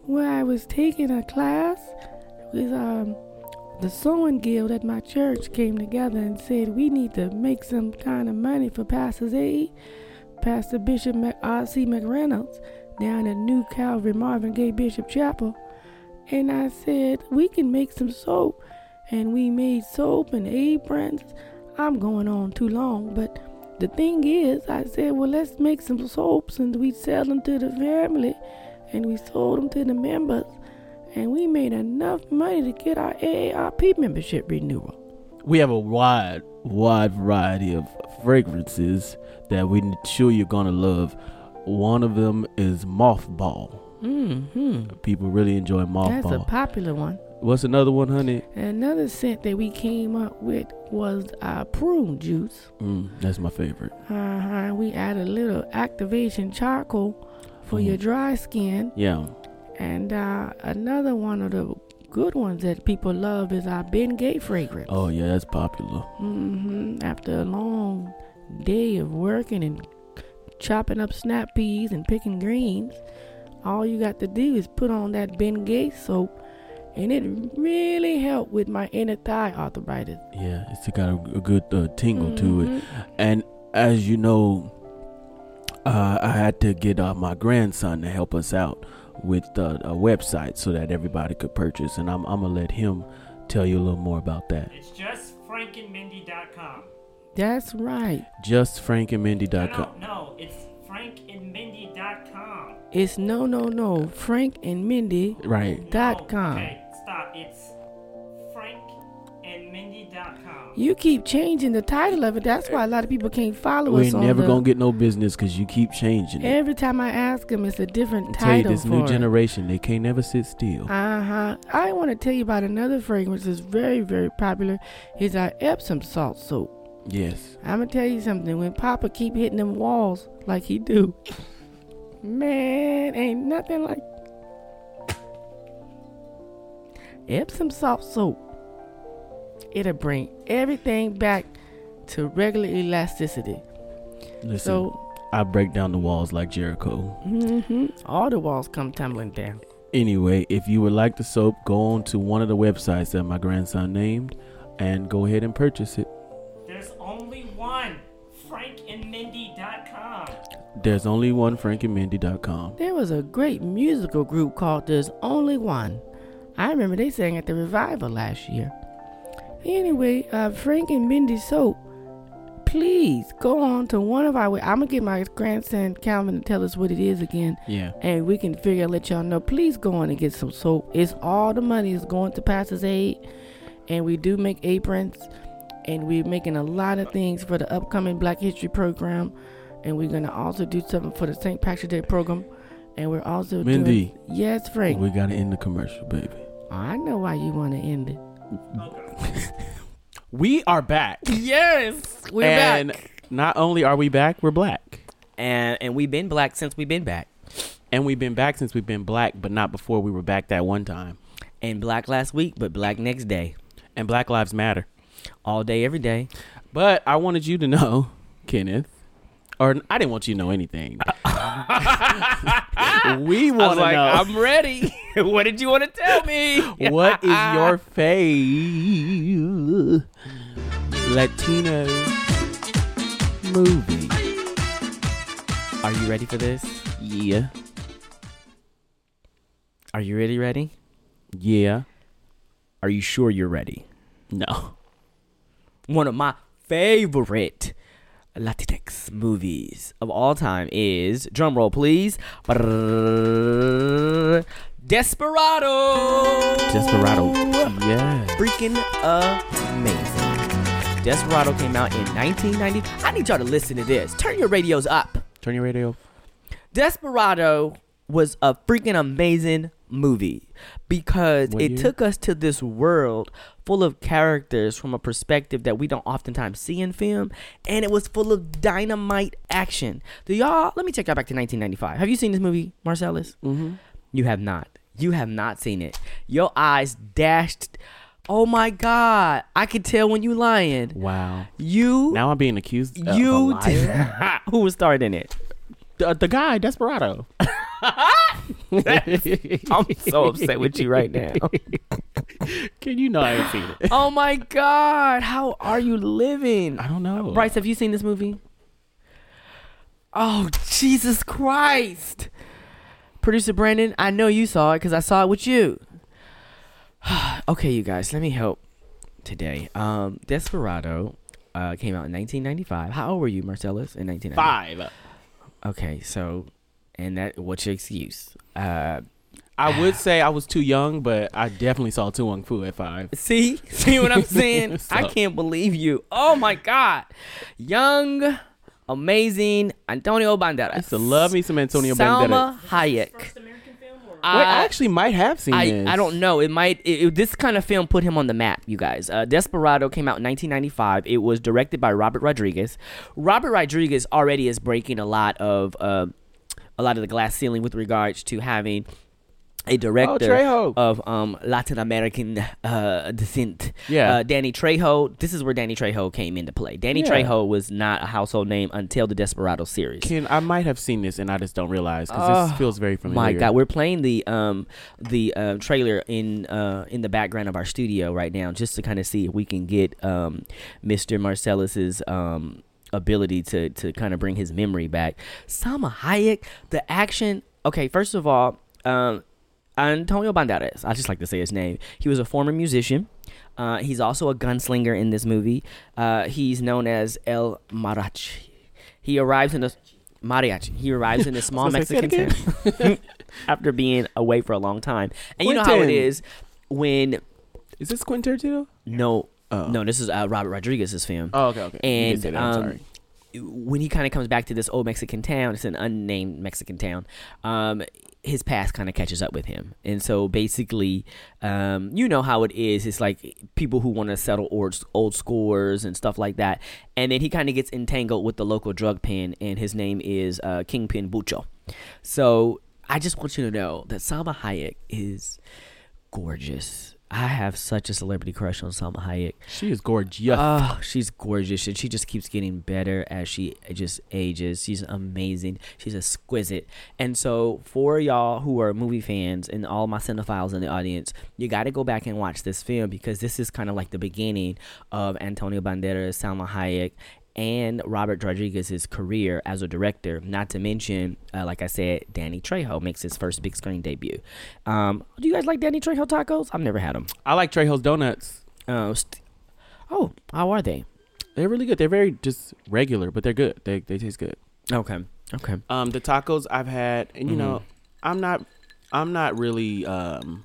[SPEAKER 8] where I was taking a class with um the sewing guild at my church came together and said we need to make some kind of money for Pastor Z, Pastor Bishop Mc- R.C. McReynolds down at New Calvary Marvin Gaye Bishop Chapel. And I said, we can make some soap. And we made soap and aprons. I'm going on too long, but the thing is, I said, well, let's make some soaps and we sell them to the family and we sold them to the members, and we made enough money to get our AARP membership renewal.
[SPEAKER 1] We have a wide, wide variety of fragrances that we n- sure you're gonna love. One of them is mothball.
[SPEAKER 8] Mm-hmm.
[SPEAKER 1] People really enjoy
[SPEAKER 8] That's a
[SPEAKER 1] mothball.
[SPEAKER 8] popular one.
[SPEAKER 1] What's another one, honey?
[SPEAKER 8] Another scent that we came up with was uh, prune juice.
[SPEAKER 1] Mm, that's my favorite.
[SPEAKER 8] Uh-huh. We add a little activation charcoal for your dry skin.
[SPEAKER 1] Yeah,
[SPEAKER 8] And uh, another one of the good ones that people love is our Ben Gay fragrance.
[SPEAKER 1] Oh yeah, that's popular.
[SPEAKER 8] hmm After a long day of working and chopping up snap peas and picking greens, all you got to do is put on that Ben Gay soap, and it really helped with my inner thigh arthritis. Mm-hmm.
[SPEAKER 1] Yeah, it's got a, a good uh, tingle
[SPEAKER 8] Mm.
[SPEAKER 1] to it. And as you know, uh, I had to get uh, my grandson to help us out with uh, a website so that everybody could purchase. And I'm, I'm gonna let him tell you a little more about that.
[SPEAKER 5] It's just frankandmindy.com.
[SPEAKER 8] That's right.
[SPEAKER 1] Just
[SPEAKER 5] No,
[SPEAKER 1] frankandmindy.com.
[SPEAKER 5] no, no, it's frankandmindy.com.
[SPEAKER 8] It's no, no, no. Frank and Mindy.
[SPEAKER 1] Right.
[SPEAKER 8] Dot
[SPEAKER 5] No,
[SPEAKER 8] com.
[SPEAKER 5] Okay, stop. It's frankandmindy.com.
[SPEAKER 8] You keep changing the title of it. That's why a lot of people can't follow
[SPEAKER 1] We
[SPEAKER 8] us.
[SPEAKER 1] ain't
[SPEAKER 8] on
[SPEAKER 1] never
[SPEAKER 8] the-
[SPEAKER 1] gonna get no business because you keep changing it.
[SPEAKER 8] Every time I ask them, it's a different
[SPEAKER 1] tell you
[SPEAKER 8] title
[SPEAKER 1] this
[SPEAKER 8] for
[SPEAKER 1] new
[SPEAKER 8] it.
[SPEAKER 1] generation, they can't never sit still.
[SPEAKER 8] Uh huh. I want to tell you about another fragrance that's very, very popular. Is our Epsom salt soap.
[SPEAKER 1] Yes.
[SPEAKER 8] I'ma tell you something. When Papa keep hitting them walls like he do, man, ain't nothing like Epsom salt soap. It'll bring everything back to regular elasticity.
[SPEAKER 1] Listen,
[SPEAKER 8] So,
[SPEAKER 1] I break down the walls like Jericho.
[SPEAKER 8] hmm all the walls come tumbling down.
[SPEAKER 1] Anyway, if you would like the soap, go on to one of the websites that my grandson named and go ahead and purchase it.
[SPEAKER 5] There's only one. FrankandMindy.com.
[SPEAKER 1] There's only one frankandmindy.com.
[SPEAKER 8] There was a great musical group called There's Only One. I remember they sang at the revival last year. Anyway, uh, Frank and Mindy Soap, please go on to one of our. I'm gonna get my grandson Calvin to tell us what it is again,
[SPEAKER 1] Yeah.
[SPEAKER 8] and we can figure and let y'all know. Please go on and get some soap. It's all the money is going to Pastor's Aid, and we do make aprons, and we're making a lot of things for the upcoming Black History program, and we're gonna also do something for the St. Patrick's Day program, and we're also
[SPEAKER 1] Mindy.
[SPEAKER 8] doing, yes, Frank.
[SPEAKER 1] We gotta end the commercial, baby.
[SPEAKER 8] I know why you want to end it.
[SPEAKER 1] We are back.
[SPEAKER 2] Yes, we're
[SPEAKER 1] and not only are we back, we're black.
[SPEAKER 2] And and we've been black since we've been back.
[SPEAKER 1] And we've been back since we've been black, but not before we were back that one time.
[SPEAKER 2] And black last week, but black next day,
[SPEAKER 1] And Black Lives Matter.
[SPEAKER 2] all day, every day.
[SPEAKER 1] But I wanted you to know, Kenneth, or I didn't want you to know anything. we
[SPEAKER 2] I was
[SPEAKER 1] want to
[SPEAKER 2] like,
[SPEAKER 1] know
[SPEAKER 2] I'm ready. what did you want to tell me?
[SPEAKER 1] what is your fave Latino movie?
[SPEAKER 2] Are you ready for this?
[SPEAKER 1] Yeah,
[SPEAKER 2] Are you really ready?
[SPEAKER 1] yeah,
[SPEAKER 2] Are you sure you're ready?
[SPEAKER 1] no.
[SPEAKER 2] One of my favorite Latinx movies of all time is drumroll, please. Brrrr. Desperado.
[SPEAKER 1] Desperado. Yeah.
[SPEAKER 2] freaking amazing. Desperado came out in 1990. I need y'all to listen to this. Turn your radios up.
[SPEAKER 1] Turn your radio.
[SPEAKER 2] Desperado was a freaking amazing movie because
[SPEAKER 1] What
[SPEAKER 2] it
[SPEAKER 1] year?
[SPEAKER 2] took us to this world full of characters from a perspective that we don't oftentimes see in film and it was full of dynamite action. Do y'all let me take y'all back to 1995. Have you seen this movie, Marcellus? Mm-hmm. You have not. You have not seen it. Your eyes dashed. Oh my god. I could tell when you lying.
[SPEAKER 1] Wow.
[SPEAKER 2] You
[SPEAKER 1] Now I'm being accused. Of you.
[SPEAKER 2] you who was starred in it?
[SPEAKER 1] the, the guy, Desperado.
[SPEAKER 2] I'm so upset with you right now.
[SPEAKER 1] Can you know I haven't seen it?
[SPEAKER 2] oh my god, how are you living?
[SPEAKER 1] I don't know.
[SPEAKER 2] Bryce, have you seen this movie? Oh Jesus Christ! Producer Brandon, I know you saw it because I saw it with you. okay, you guys, let me help today. Um, Desperado uh, came out in 1995. How old were you, Marcellus, in 1995?
[SPEAKER 1] Five.
[SPEAKER 2] Okay, so, and that what's your excuse? Uh,
[SPEAKER 1] I would say I was too young, but I definitely saw Tu Wong Fu at five.
[SPEAKER 2] See, see what I'm saying?
[SPEAKER 1] So-
[SPEAKER 2] I can't believe you. Oh my God, young, amazing Antonio Banderas.
[SPEAKER 1] I used to love me some Antonio Banderas.
[SPEAKER 2] Salma Hayek.
[SPEAKER 1] Wait, I
[SPEAKER 2] I-
[SPEAKER 1] actually might have seen
[SPEAKER 2] I,
[SPEAKER 1] this.
[SPEAKER 2] I don't know. It might. It, it- this kind of film put him on the map, you guys. Uh, Desperado came out in 1995. It was directed by Robert Rodriguez. Robert Rodriguez already is breaking a lot of uh, a lot of the glass ceiling with regards to having a director
[SPEAKER 1] Oh, Trejo.
[SPEAKER 2] of um, Latin American uh, descent.
[SPEAKER 1] Yeah.
[SPEAKER 2] Uh, Danny Trejo. This is where Danny Trejo came into play. Danny
[SPEAKER 1] Yeah.
[SPEAKER 2] Trejo was not a household name until the Desperado series.
[SPEAKER 1] Ken, I might have seen this, and I just don't realize because
[SPEAKER 2] Oh,
[SPEAKER 1] this feels very familiar.
[SPEAKER 2] My God, we're playing the um the uh, trailer in uh in the background of our studio right now, just to kind of see if we can get um Mr. Marcellus's um ability to to kind of bring his memory back. Sama Hayek, the action. Okay, first of all, um. Antonio Banderas, I just like to say his name. He was a former musician. Uh, he's also a gunslinger in this movie. Uh, he's known as El Mariachi. He arrives in a mariachi. He arrives in a small
[SPEAKER 1] gonna say, say
[SPEAKER 2] Mexican
[SPEAKER 1] it
[SPEAKER 2] town after being away for a long time. And you know how it
[SPEAKER 1] Quentin.
[SPEAKER 2] is when
[SPEAKER 1] is this Quentin Tarantino?
[SPEAKER 2] no,
[SPEAKER 1] Oh.
[SPEAKER 2] no, this is uh, Robert Rodriguez's film.
[SPEAKER 1] Oh, okay, okay. You can
[SPEAKER 2] And
[SPEAKER 1] say that, I'm
[SPEAKER 2] um,
[SPEAKER 1] sorry.
[SPEAKER 2] when he kind of comes back to this old Mexican town, it's an unnamed Mexican town. Um, his past kind of catches up with him, and so basically, um, you know how it is. It's like people who want to settle old, old scores and stuff like that, and then he kind of gets entangled with the local drug pen, and his name is uh, Kingpin Bucho. So I just want you to know that Salma Hayek is gorgeous. I have such a celebrity crush on Salma Hayek.
[SPEAKER 1] She is gorgeous.
[SPEAKER 2] Oh, she's gorgeous, and she just keeps getting better as she just ages. She's amazing. She's exquisite. And so, for y'all who are movie fans and all my cinephiles in the audience, you got to go back and watch this film because this is kind of like the beginning of Antonio Banderas, Salma Hayek, and Robert Rodriguez's career as a director. Not to mention, uh, like I said, Danny Trejo makes his first big screen debut. Um, do you guys like Danny Trejo tacos? I've never had them.
[SPEAKER 1] I like Trejo's donuts.
[SPEAKER 2] Uh, st- oh, how are they?
[SPEAKER 1] They're really good. They're very just regular, but they're good. They they taste good.
[SPEAKER 2] Okay. Okay.
[SPEAKER 1] Um, the tacos I've had, and you know, I'm not, I'm not really um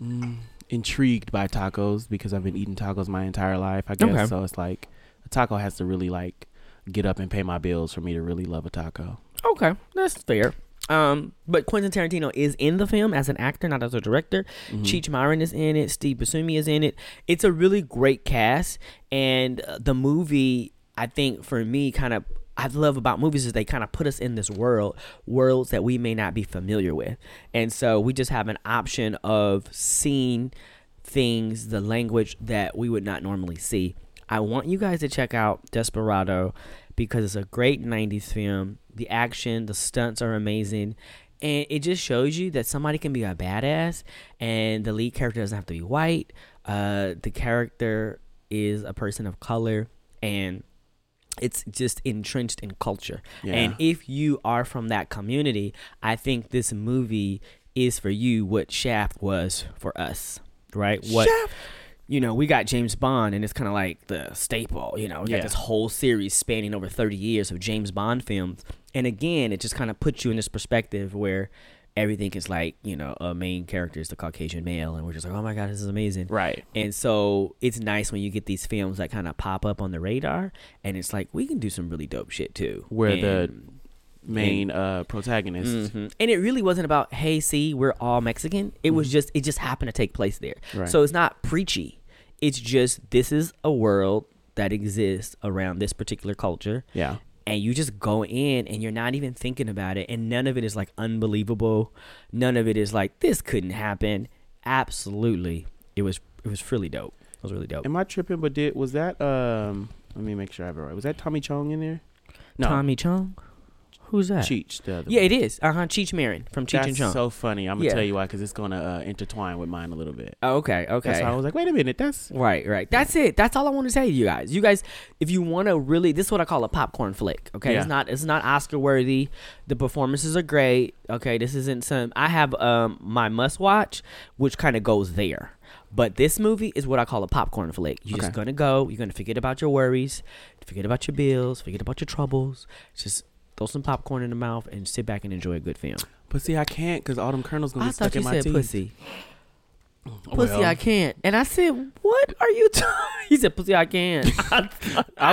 [SPEAKER 1] mm, intrigued by tacos because I've been eating tacos my entire life. I guess
[SPEAKER 2] Okay.
[SPEAKER 1] so. It's like a taco has to really like get up and pay my bills for me to really love a taco.
[SPEAKER 2] Okay, that's fair. Um, but Quentin Tarantino is in the film as an actor, not as a director. Cheech Marin is in it. Steve Buscemi is in it. It's a really great cast, and uh, the movie, I think, for me, kind of. I love about movies is they kind of put us in this world, worlds that we may not be familiar with, and so we just have an option of seeing things, the language that we would not normally see. I want you guys to check out Desperado because it's a great 90s film. The action, the stunts are amazing. And it just shows you that somebody can be a badass, and the lead character doesn't have to be white. Uh, the character is a person of color, and it's just entrenched in culture. And if you are from that community, I think this movie is for you what Shaft was for us, right? What you know, we got James Bond, and it's kind of like the staple. You know, we
[SPEAKER 1] Yeah.
[SPEAKER 2] got this whole series spanning over thirty years of James Bond films, and again, it just kind of puts you in this perspective where everything is like, you know, a main character is the Caucasian male, and we're just like, oh my god, this is amazing,
[SPEAKER 1] Right.
[SPEAKER 2] and so it's nice when you get these films that kind of pop up on the radar, and it's like we can do some really dope shit too.
[SPEAKER 1] Where the
[SPEAKER 2] And-
[SPEAKER 1] main uh protagonist.
[SPEAKER 2] Mhm. and it really wasn't about hey, see, we're all Mexican. It was just it just happened to take place there.
[SPEAKER 1] Mm-hmm. Right.
[SPEAKER 2] So it's not preachy. It's just this is a world that exists around this particular culture.
[SPEAKER 1] Yeah.
[SPEAKER 2] And you just go in and you're not even thinking about it, and none of it is like unbelievable. None of it is like this couldn't happen. Absolutely, it was it was really dope. It was really dope.
[SPEAKER 1] Am I tripping? But did was that um? Let me make sure I have it right. Was that Tommy Chong in there? No,
[SPEAKER 2] Tommy Chong. Who's that?
[SPEAKER 1] Cheech. The other
[SPEAKER 2] Yeah,
[SPEAKER 1] one.
[SPEAKER 2] it is. Uh huh. Cheech Marin from Cheech
[SPEAKER 1] That's
[SPEAKER 2] and Chong.
[SPEAKER 1] so funny. I'm gonna
[SPEAKER 2] Yeah.
[SPEAKER 1] tell you why because it's gonna uh, intertwine with mine a little bit.
[SPEAKER 2] oh, okay. Okay.
[SPEAKER 1] That's why I was like, wait a minute, that's
[SPEAKER 2] Right, right. That's it. That's all I want to tell you guys. You guys, if you want to really, this is what I call a popcorn flick. Okay,
[SPEAKER 1] Yeah.
[SPEAKER 2] it's not it's not Oscar worthy. The performances are great. Okay, this isn't some. I have um my must watch, which kind of goes there. But this movie is what I call a popcorn flick. You're just
[SPEAKER 1] Okay.
[SPEAKER 2] gonna go. You're gonna forget about your worries, forget about your bills, forget about your troubles. Just throw some popcorn in the mouth and sit back and enjoy a good film.
[SPEAKER 1] But see, I can't because all them kernels gonna
[SPEAKER 2] I
[SPEAKER 1] be stuck
[SPEAKER 2] thought you
[SPEAKER 1] in my
[SPEAKER 2] said
[SPEAKER 1] teeth.
[SPEAKER 2] pussy. Pussy,
[SPEAKER 1] Well.
[SPEAKER 2] I can't. And I said, "What are you?" T-? He said, "Pussy, I can't."
[SPEAKER 1] I was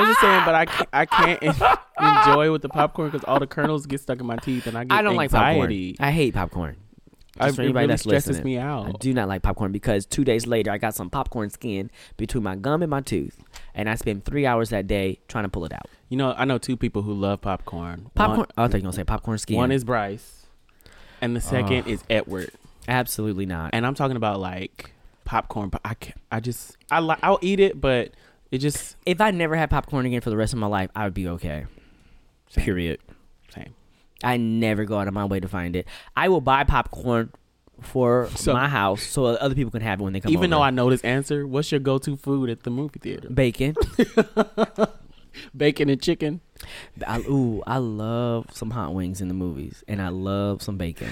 [SPEAKER 1] just saying,
[SPEAKER 2] Ah!
[SPEAKER 1] but I can't, I can't en- enjoy with the popcorn because all the kernels get stuck in my teeth and I get
[SPEAKER 2] I don't like popcorn.
[SPEAKER 1] anxiety.
[SPEAKER 2] I hate popcorn.
[SPEAKER 1] I-
[SPEAKER 2] Just for
[SPEAKER 1] it
[SPEAKER 2] anybody
[SPEAKER 1] really
[SPEAKER 2] that's
[SPEAKER 1] stresses
[SPEAKER 2] listening,
[SPEAKER 1] me
[SPEAKER 2] I
[SPEAKER 1] out.
[SPEAKER 2] do not like popcorn because two days later I got some popcorn skin between my gum and my tooth, and I spent three hours that day trying to pull it out.
[SPEAKER 1] You know, I know two people who love popcorn.
[SPEAKER 2] Popcorn. oh, I thought you were gonna say popcorn skin.
[SPEAKER 1] One, one is Bryce, and the second is Edward.
[SPEAKER 2] absolutely not.
[SPEAKER 1] And I'm talking about like popcorn. But I can't, I just I like I'll eat it, but it just
[SPEAKER 2] If I never had popcorn again for the rest of my life, I would be okay. Period.
[SPEAKER 1] same.
[SPEAKER 2] I never go out of my way to find it. I will buy popcorn for
[SPEAKER 1] So-
[SPEAKER 2] my house so other people can have it when they come.
[SPEAKER 1] Even though
[SPEAKER 2] over.
[SPEAKER 1] I know this answer, what's your go-to food at the movie theater?
[SPEAKER 2] bacon.
[SPEAKER 1] Bacon and chicken.
[SPEAKER 2] I, ooh, I love some hot wings in the movies, and I love some bacon.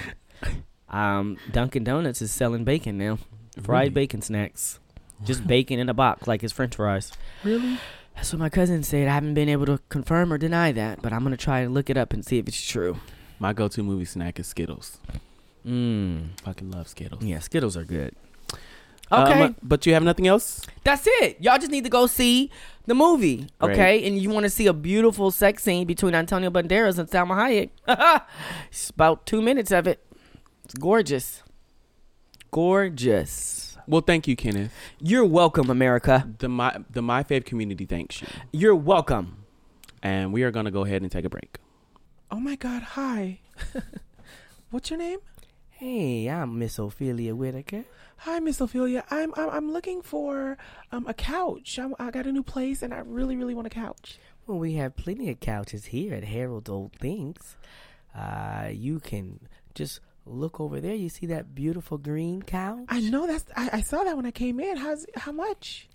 [SPEAKER 2] Um, Dunkin' Donuts is selling bacon now, fried bacon snacks, just bacon in a box like it's French fries.
[SPEAKER 1] Really?
[SPEAKER 2] That's what my cousin said. I haven't been able to confirm or deny that, but I'm gonna try and look it up and see if it's true.
[SPEAKER 1] My go-to movie snack is Skittles.
[SPEAKER 2] Mm.
[SPEAKER 1] Fucking love Skittles.
[SPEAKER 2] Yeah, Skittles are good.
[SPEAKER 8] Okay.
[SPEAKER 1] Um, but you have nothing else?
[SPEAKER 8] That's it. Y'all just need to go see the movie,
[SPEAKER 1] Right.
[SPEAKER 8] okay? And you want to see a beautiful sex scene between Antonio Banderas and Salma Hayek. it's about two minutes of it. It's gorgeous. Gorgeous.
[SPEAKER 1] Well, thank you, Kenneth.
[SPEAKER 8] You're welcome, America.
[SPEAKER 1] The my the my fave community thanks you,
[SPEAKER 8] You're welcome.
[SPEAKER 1] and we are gonna go ahead and take a break.
[SPEAKER 3] Oh my God! Hi. What's your name?
[SPEAKER 8] Hey, I'm Miss Ophelia Whitaker.
[SPEAKER 3] Hi, Miss Ophelia. I'm I'm, I'm looking for um a couch. i I got a new place and I really really want a couch.
[SPEAKER 8] Well, we have plenty of couches here at Harold Old Things. Uh, you can just look over there. You see that beautiful green couch?
[SPEAKER 3] I know that's I, I saw that when I came in. How's how much?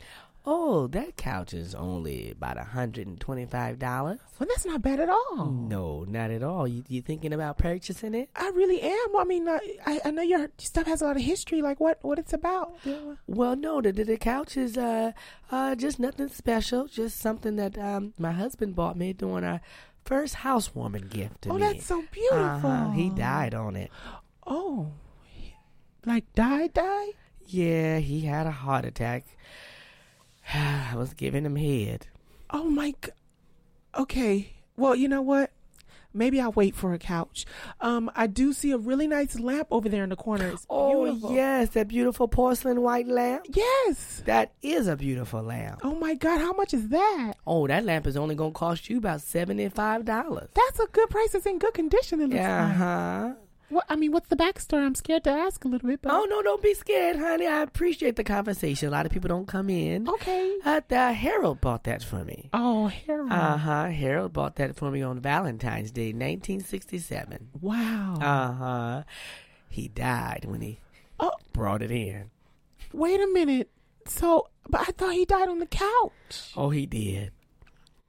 [SPEAKER 8] Oh, that couch is only about $125.
[SPEAKER 3] Well, that's not bad at all.
[SPEAKER 8] No, not at all. You, you thinking about purchasing it?
[SPEAKER 3] I really am. I mean, uh, I I know your stuff has a lot of history. Like what what it's about? Yeah.
[SPEAKER 8] Well, no, the, the, the couch is uh, uh, just nothing special, just something that um, my husband bought me during our first housewarming gift. To
[SPEAKER 3] Oh,
[SPEAKER 8] me.
[SPEAKER 3] that's so beautiful.
[SPEAKER 8] Uh-huh, He died on it.
[SPEAKER 3] Oh, like die die.
[SPEAKER 8] Yeah, he had a heart attack. I was giving him head.
[SPEAKER 3] Oh my. g- Okay. Well, you know what? Maybe I'll wait for a couch. Um, I do see a really nice lamp over there in the corner. It's
[SPEAKER 8] Oh,
[SPEAKER 3] beautiful.
[SPEAKER 8] yes, that beautiful porcelain white lamp.
[SPEAKER 3] Yes.
[SPEAKER 8] That is a beautiful lamp.
[SPEAKER 3] Oh my God, how much is that?
[SPEAKER 8] Oh, that lamp is only going to cost you about $75.
[SPEAKER 3] That's a good price. It's in good condition. It looks
[SPEAKER 8] Yeah,
[SPEAKER 3] like.
[SPEAKER 8] huh?
[SPEAKER 3] What I mean, what's the backstory? I'm scared to ask a little bit, but
[SPEAKER 8] Oh, no, don't be scared, honey. I appreciate the conversation. A lot of people don't come in.
[SPEAKER 3] okay.
[SPEAKER 8] Uh, the Harold bought that for me.
[SPEAKER 3] Oh, Harold.
[SPEAKER 8] Uh huh. Harold bought that for me on Valentine's Day, 1967.
[SPEAKER 3] wow.
[SPEAKER 8] Uh huh. He died when he
[SPEAKER 3] oh,
[SPEAKER 8] brought it in.
[SPEAKER 3] wait a minute. So, but I thought he died on the couch.
[SPEAKER 8] Oh, he did.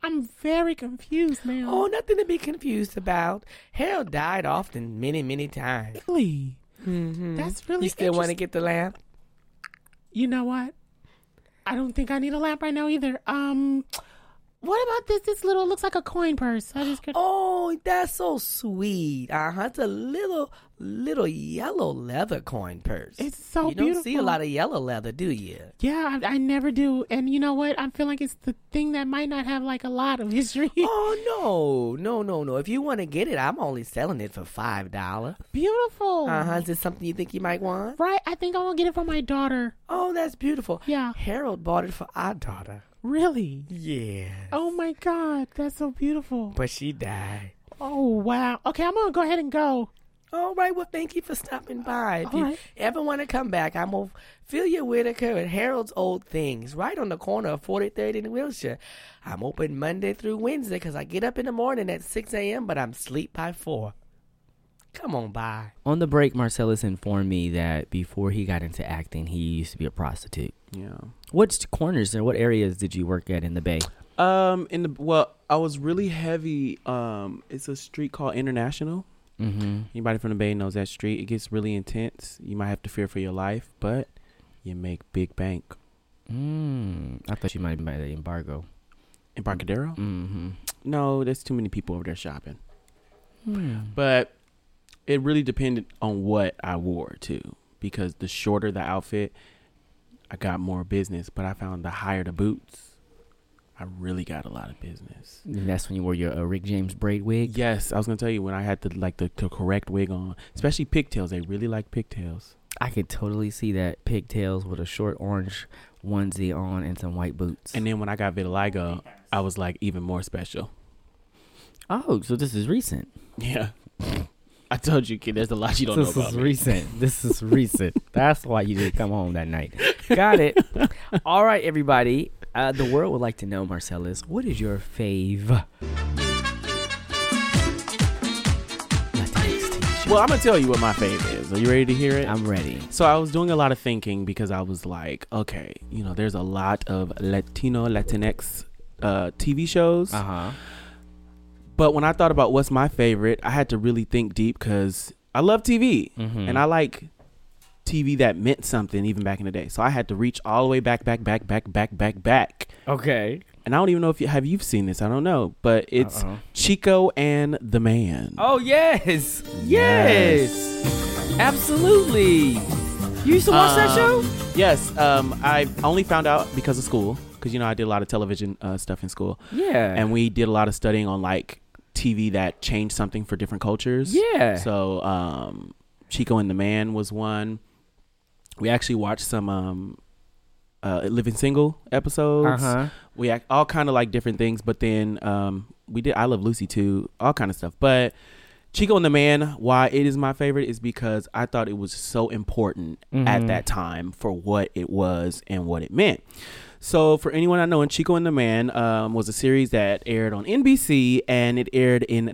[SPEAKER 3] I'm very confused now.
[SPEAKER 8] Oh, nothing to be confused about. Harold died often, many, many times.
[SPEAKER 3] really? That's really
[SPEAKER 8] Mm-hmm. You still want to
[SPEAKER 3] interest-
[SPEAKER 8] get the lamp?
[SPEAKER 3] you know what? I don't think I need a lamp right now either. Um, what about this? This little looks like a coin purse. I just could-
[SPEAKER 8] Oh, that's so sweet. Uh huh. It's a little, little yellow leather coin purse.
[SPEAKER 3] It's so
[SPEAKER 8] you don't see a
[SPEAKER 3] beautiful.
[SPEAKER 8] lot of yellow leather, do you?
[SPEAKER 3] yeah, I, I never do. And you know what? I feel like it's the thing that might not have like a lot of history.
[SPEAKER 8] oh no, no, no, no. If you want to get it, I'm only selling it for five dollars.
[SPEAKER 3] Beautiful,
[SPEAKER 8] Uh huh. Is this something you think you might want?
[SPEAKER 3] right? I think I want to get it for my daughter.
[SPEAKER 8] Oh, that's beautiful.
[SPEAKER 3] Yeah.
[SPEAKER 8] Harold bought it for our daughter.
[SPEAKER 3] Really?
[SPEAKER 8] Yeah.
[SPEAKER 3] Oh my God, that's so beautiful.
[SPEAKER 8] But she died.
[SPEAKER 3] Oh wow. Okay, I'm gonna go ahead and go.
[SPEAKER 8] All right. Well, thank you for stopping by. If
[SPEAKER 3] All
[SPEAKER 8] you
[SPEAKER 3] right.
[SPEAKER 8] ever want to come back, I'm over Philia Whitaker at Harold's Old Things, right on the corner of 43rd and Wilshire. I'm open Monday through Wednesday because I get up in the morning at 6 a.m., but I'm sleep by 4. Come on by.
[SPEAKER 2] On the break, Marcellus informed me that before he got into acting, he used to be a prostitute.
[SPEAKER 1] Yeah.
[SPEAKER 2] What corners or what areas did you work at in the Bay?
[SPEAKER 1] Um. In the well, I was really heavy. Um. It's a street called International.
[SPEAKER 2] Mm-hmm.
[SPEAKER 1] Anybody from the Bay knows that street. It gets really intense. You might have to fear for your life, but you make big bank.
[SPEAKER 2] Mm, I thought you might have been by the embargo.
[SPEAKER 1] Embarcadero?
[SPEAKER 2] Mm-hmm.
[SPEAKER 1] No, there's too many people over there shopping.
[SPEAKER 2] Hmm.
[SPEAKER 1] But it really depended on what I wore too, because the shorter the outfit, I got more business. But I found the higher the boots, I really got a lot of business.
[SPEAKER 2] And that's when you wore your uh, Rick James braid wig.
[SPEAKER 1] Yes, I was gonna tell you when I had the like the, the correct wig on, especially pigtails. They really like pigtails.
[SPEAKER 2] I could totally see that pigtails with a short orange onesie on and some white boots.
[SPEAKER 1] And then when I got vitiligo, I was like even more special.
[SPEAKER 2] oh, so this is recent.
[SPEAKER 1] Yeah, I told you, kid. There's a lot you don't know
[SPEAKER 2] this
[SPEAKER 1] about
[SPEAKER 2] is
[SPEAKER 1] me.
[SPEAKER 2] recent. This is recent. That's why you didn't come home that night. Got it. All right, everybody. Uh, the world would like to know, Marcellus, what is your fave? Latinx tea?
[SPEAKER 1] Well, I'm gonna tell you what my favorite is. Are you ready to hear it?
[SPEAKER 2] I'm ready.
[SPEAKER 1] So I was doing a lot of thinking because I was like, okay, you know, there's a lot of Latino, Latinx uh, TV shows.
[SPEAKER 2] Uh huh.
[SPEAKER 1] But when I thought about what's my favorite, I had to really think deep because I love TV
[SPEAKER 2] Mhm.
[SPEAKER 1] and I like TV that meant something even back in the day. So I had to reach all the way back, back, back, back, back, back, back.
[SPEAKER 2] Okay.
[SPEAKER 1] And I don't even know if you have you've seen this. I don't know, but it's
[SPEAKER 2] Uh-oh.
[SPEAKER 1] Chico and the Man.
[SPEAKER 2] Oh yes, yes, absolutely. You used to watch that
[SPEAKER 1] Um,
[SPEAKER 2] show?
[SPEAKER 1] Yes. Um, I only found out because of school, because you know I did a lot of television uh, stuff in school,
[SPEAKER 2] Yeah.
[SPEAKER 1] and we did a lot of studying on like TV that changed something for different cultures.
[SPEAKER 2] Yeah.
[SPEAKER 1] So, um, Chico and the Man was one. We actually watched some um, uh, Living Single episodes.
[SPEAKER 2] Uh-huh.
[SPEAKER 1] We act all kind of like different things, but then um, we did I Love Lucy too, all kind of stuff. But Chico and the Man, why it is my favorite is because I thought it was so important at that time for what it was and what it meant. So, for anyone I know, and Chico and the Man um, was a series that aired on NBC and it aired in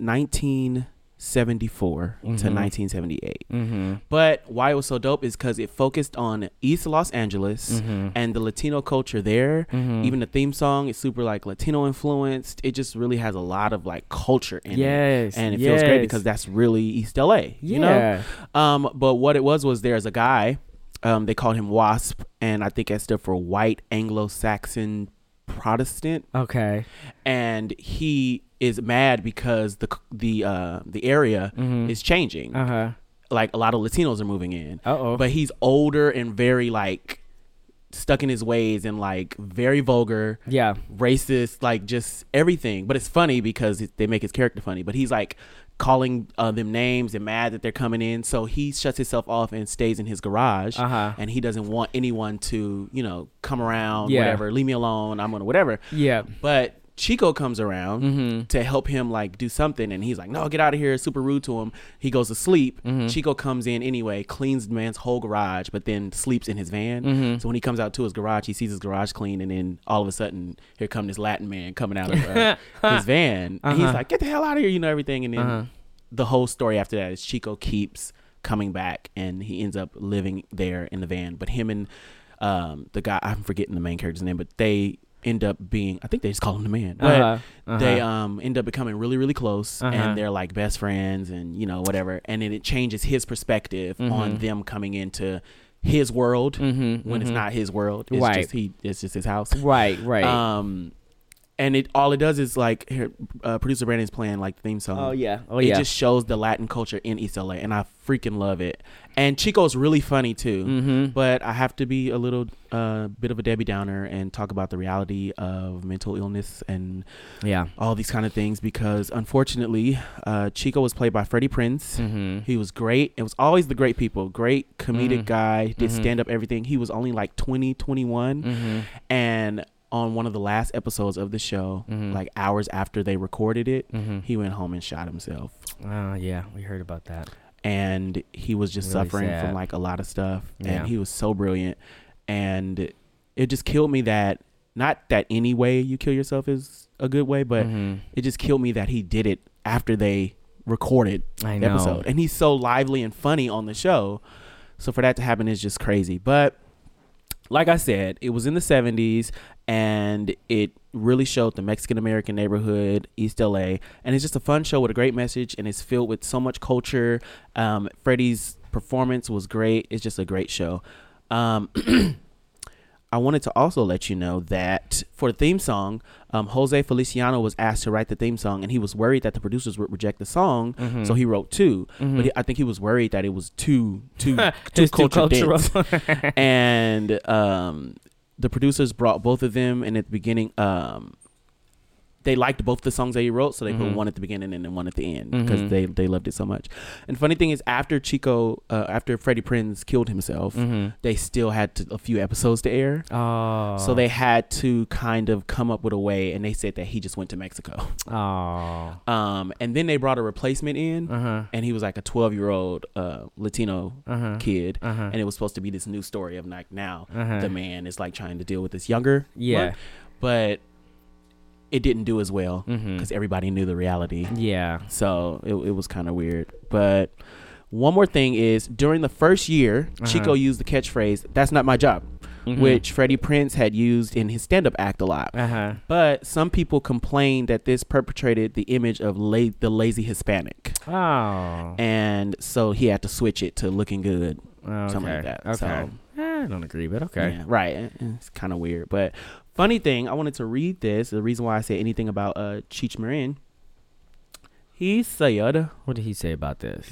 [SPEAKER 1] 1974 to 1978. But why it was so dope is because it focused on East Los Angeles
[SPEAKER 2] Mm-hmm.
[SPEAKER 1] and the Latino culture there. Even the theme song is super like Latino influenced. It just really has a lot of like culture in
[SPEAKER 2] Yes,
[SPEAKER 1] it. And it feels great
[SPEAKER 2] yes.
[SPEAKER 1] because that's really East LA, you
[SPEAKER 2] Yeah.
[SPEAKER 1] know? Um, but what it was was there's a guy, um, they called him WASP, and I think that stood for White Anglo Saxon Protestant
[SPEAKER 2] Okay.
[SPEAKER 1] and he is mad because the c- the uh, the area is changing.
[SPEAKER 2] Uh huh.
[SPEAKER 1] Like a lot of Latinos are moving in.
[SPEAKER 2] Uh-oh.
[SPEAKER 1] But he's older and very like stuck in his ways and like very vulgar.
[SPEAKER 2] Yeah.
[SPEAKER 1] Racist, like just everything. But it's funny because it- they make his character funny. But he's like calling uh, them names and mad that they're coming in. So he shuts himself off and stays in his garage.
[SPEAKER 2] Uh-huh.
[SPEAKER 1] And he doesn't want anyone to, you know, come around,
[SPEAKER 2] Yeah.
[SPEAKER 1] whatever, leave me alone, I'm going to whatever.
[SPEAKER 2] Yeah.
[SPEAKER 1] But Chico comes around
[SPEAKER 2] Mm-hmm.
[SPEAKER 1] to help him like do something, and he's like, "No, get out of here!" It's super rude to him. He goes to sleep.
[SPEAKER 2] Mm-hmm.
[SPEAKER 1] Chico comes in anyway, cleans the man's whole garage, but then sleeps in his van.
[SPEAKER 2] Mm-hmm.
[SPEAKER 1] So when he comes out to his garage, he sees his garage clean, and then all of a sudden, here come this Latin man coming out of uh, his van, and
[SPEAKER 2] Uh-huh.
[SPEAKER 1] he's like, "Get the hell out of here!" You know everything, and then the whole story after that is Chico keeps coming back, and he ends up living there in the van. But him and um, the guy, I'm forgetting the main character's name, but they end up being I think they just call him the man. But
[SPEAKER 2] Uh-huh, uh-huh.
[SPEAKER 1] they um end up becoming really, really close
[SPEAKER 2] Uh-huh.
[SPEAKER 1] and they're like best friends and you know, whatever. And then it changes his perspective
[SPEAKER 3] Mm-hmm.
[SPEAKER 1] on them coming into his world when it's not his world. It's
[SPEAKER 2] Right.
[SPEAKER 1] just he it's just his house.
[SPEAKER 2] Right. Right.
[SPEAKER 1] Um and it all it does is like here, uh, producer Brandon's playing like the theme song.
[SPEAKER 2] oh yeah. Oh
[SPEAKER 1] it
[SPEAKER 2] yeah.
[SPEAKER 1] just shows the Latin culture in East LA, and I freaking love it. And Chico's really funny too, but I have to be a little uh, bit of a Debbie Downer and talk about the reality of mental illness and
[SPEAKER 2] yeah.
[SPEAKER 1] all these kind of things because unfortunately, uh, Chico was played by Freddie Prince. He was great. It was always the great people, great comedic guy, did stand up everything. He was only like 20, 21. And on one of the last episodes of the show, like hours after they recorded it, he went home and shot himself.
[SPEAKER 2] Oh yeah. We heard about that.
[SPEAKER 1] And he was just
[SPEAKER 2] Really
[SPEAKER 1] suffering
[SPEAKER 2] sad.
[SPEAKER 1] from like a lot of stuff.
[SPEAKER 2] Yeah.
[SPEAKER 1] And he was so brilliant. And it just killed me that, not that any way you kill yourself is a good way, but
[SPEAKER 2] Mm-hmm.
[SPEAKER 1] it just killed me that he did it after they recorded
[SPEAKER 2] I
[SPEAKER 1] the
[SPEAKER 2] know.
[SPEAKER 1] episode. And he's so lively and funny on the show. So for that to happen is just crazy. But like I said, it was in the 70s and it really showed the Mexican American neighborhood, East LA. And it's just a fun show with a great message and it's filled with so much culture. Um, Freddie's performance was great. It's just a great show. Um, I wanted to also let you know that for the theme song, um, Jose Feliciano was asked to write the theme song, and he was worried that the producers would reject the song,
[SPEAKER 2] Mm-hmm.
[SPEAKER 1] so he wrote 2 But he, I think he was worried that it was too too too,
[SPEAKER 2] It's Mm-hmm. too
[SPEAKER 1] culture dense.
[SPEAKER 2] cultural.
[SPEAKER 1] and um, the producers brought both of them, and at the beginning, um, they liked both the songs that he wrote, so they
[SPEAKER 2] Mm-hmm.
[SPEAKER 1] put one at the beginning and then one at the end because they they loved it so much. And funny thing is, after Chico, uh, after Freddie Prinz killed himself,
[SPEAKER 2] Mm-hmm.
[SPEAKER 1] they still had to, a few episodes to air.
[SPEAKER 2] Oh.
[SPEAKER 1] So they had to kind of come up with a way, and they said that he just went to Mexico.
[SPEAKER 2] Oh.
[SPEAKER 1] Um, and then they brought a replacement in,
[SPEAKER 2] Uh-huh.
[SPEAKER 1] and he was like a 12 year old uh, Latino kid,
[SPEAKER 2] Uh-huh.
[SPEAKER 1] and it was supposed to be this new story of like now the man is like trying to deal with this younger,
[SPEAKER 2] Yeah.
[SPEAKER 1] one. but it didn't do as well because
[SPEAKER 2] Mm-hmm.
[SPEAKER 1] everybody knew the reality.
[SPEAKER 2] Yeah.
[SPEAKER 1] So it, it was kind of weird. But one more thing is during the first year,
[SPEAKER 2] Uh-huh.
[SPEAKER 1] Chico used the catchphrase, that's not my job,
[SPEAKER 2] Mm-hmm.
[SPEAKER 1] which Freddie Prince had used in his stand up act a lot.
[SPEAKER 2] Uh-huh.
[SPEAKER 1] But some people complained that this perpetrated the image of la- the lazy Hispanic.
[SPEAKER 2] Oh.
[SPEAKER 1] And so he had to switch it to looking good,
[SPEAKER 2] Oh, okay.
[SPEAKER 1] something like that.
[SPEAKER 2] Okay.
[SPEAKER 1] So
[SPEAKER 2] Eh, I don't agree, but okay.
[SPEAKER 1] yeah, right. Eh, eh, It's kind of weird. But funny thing, I wanted to read this. The reason why I say anything about uh, Cheech Marin He said,
[SPEAKER 2] What did he say about this?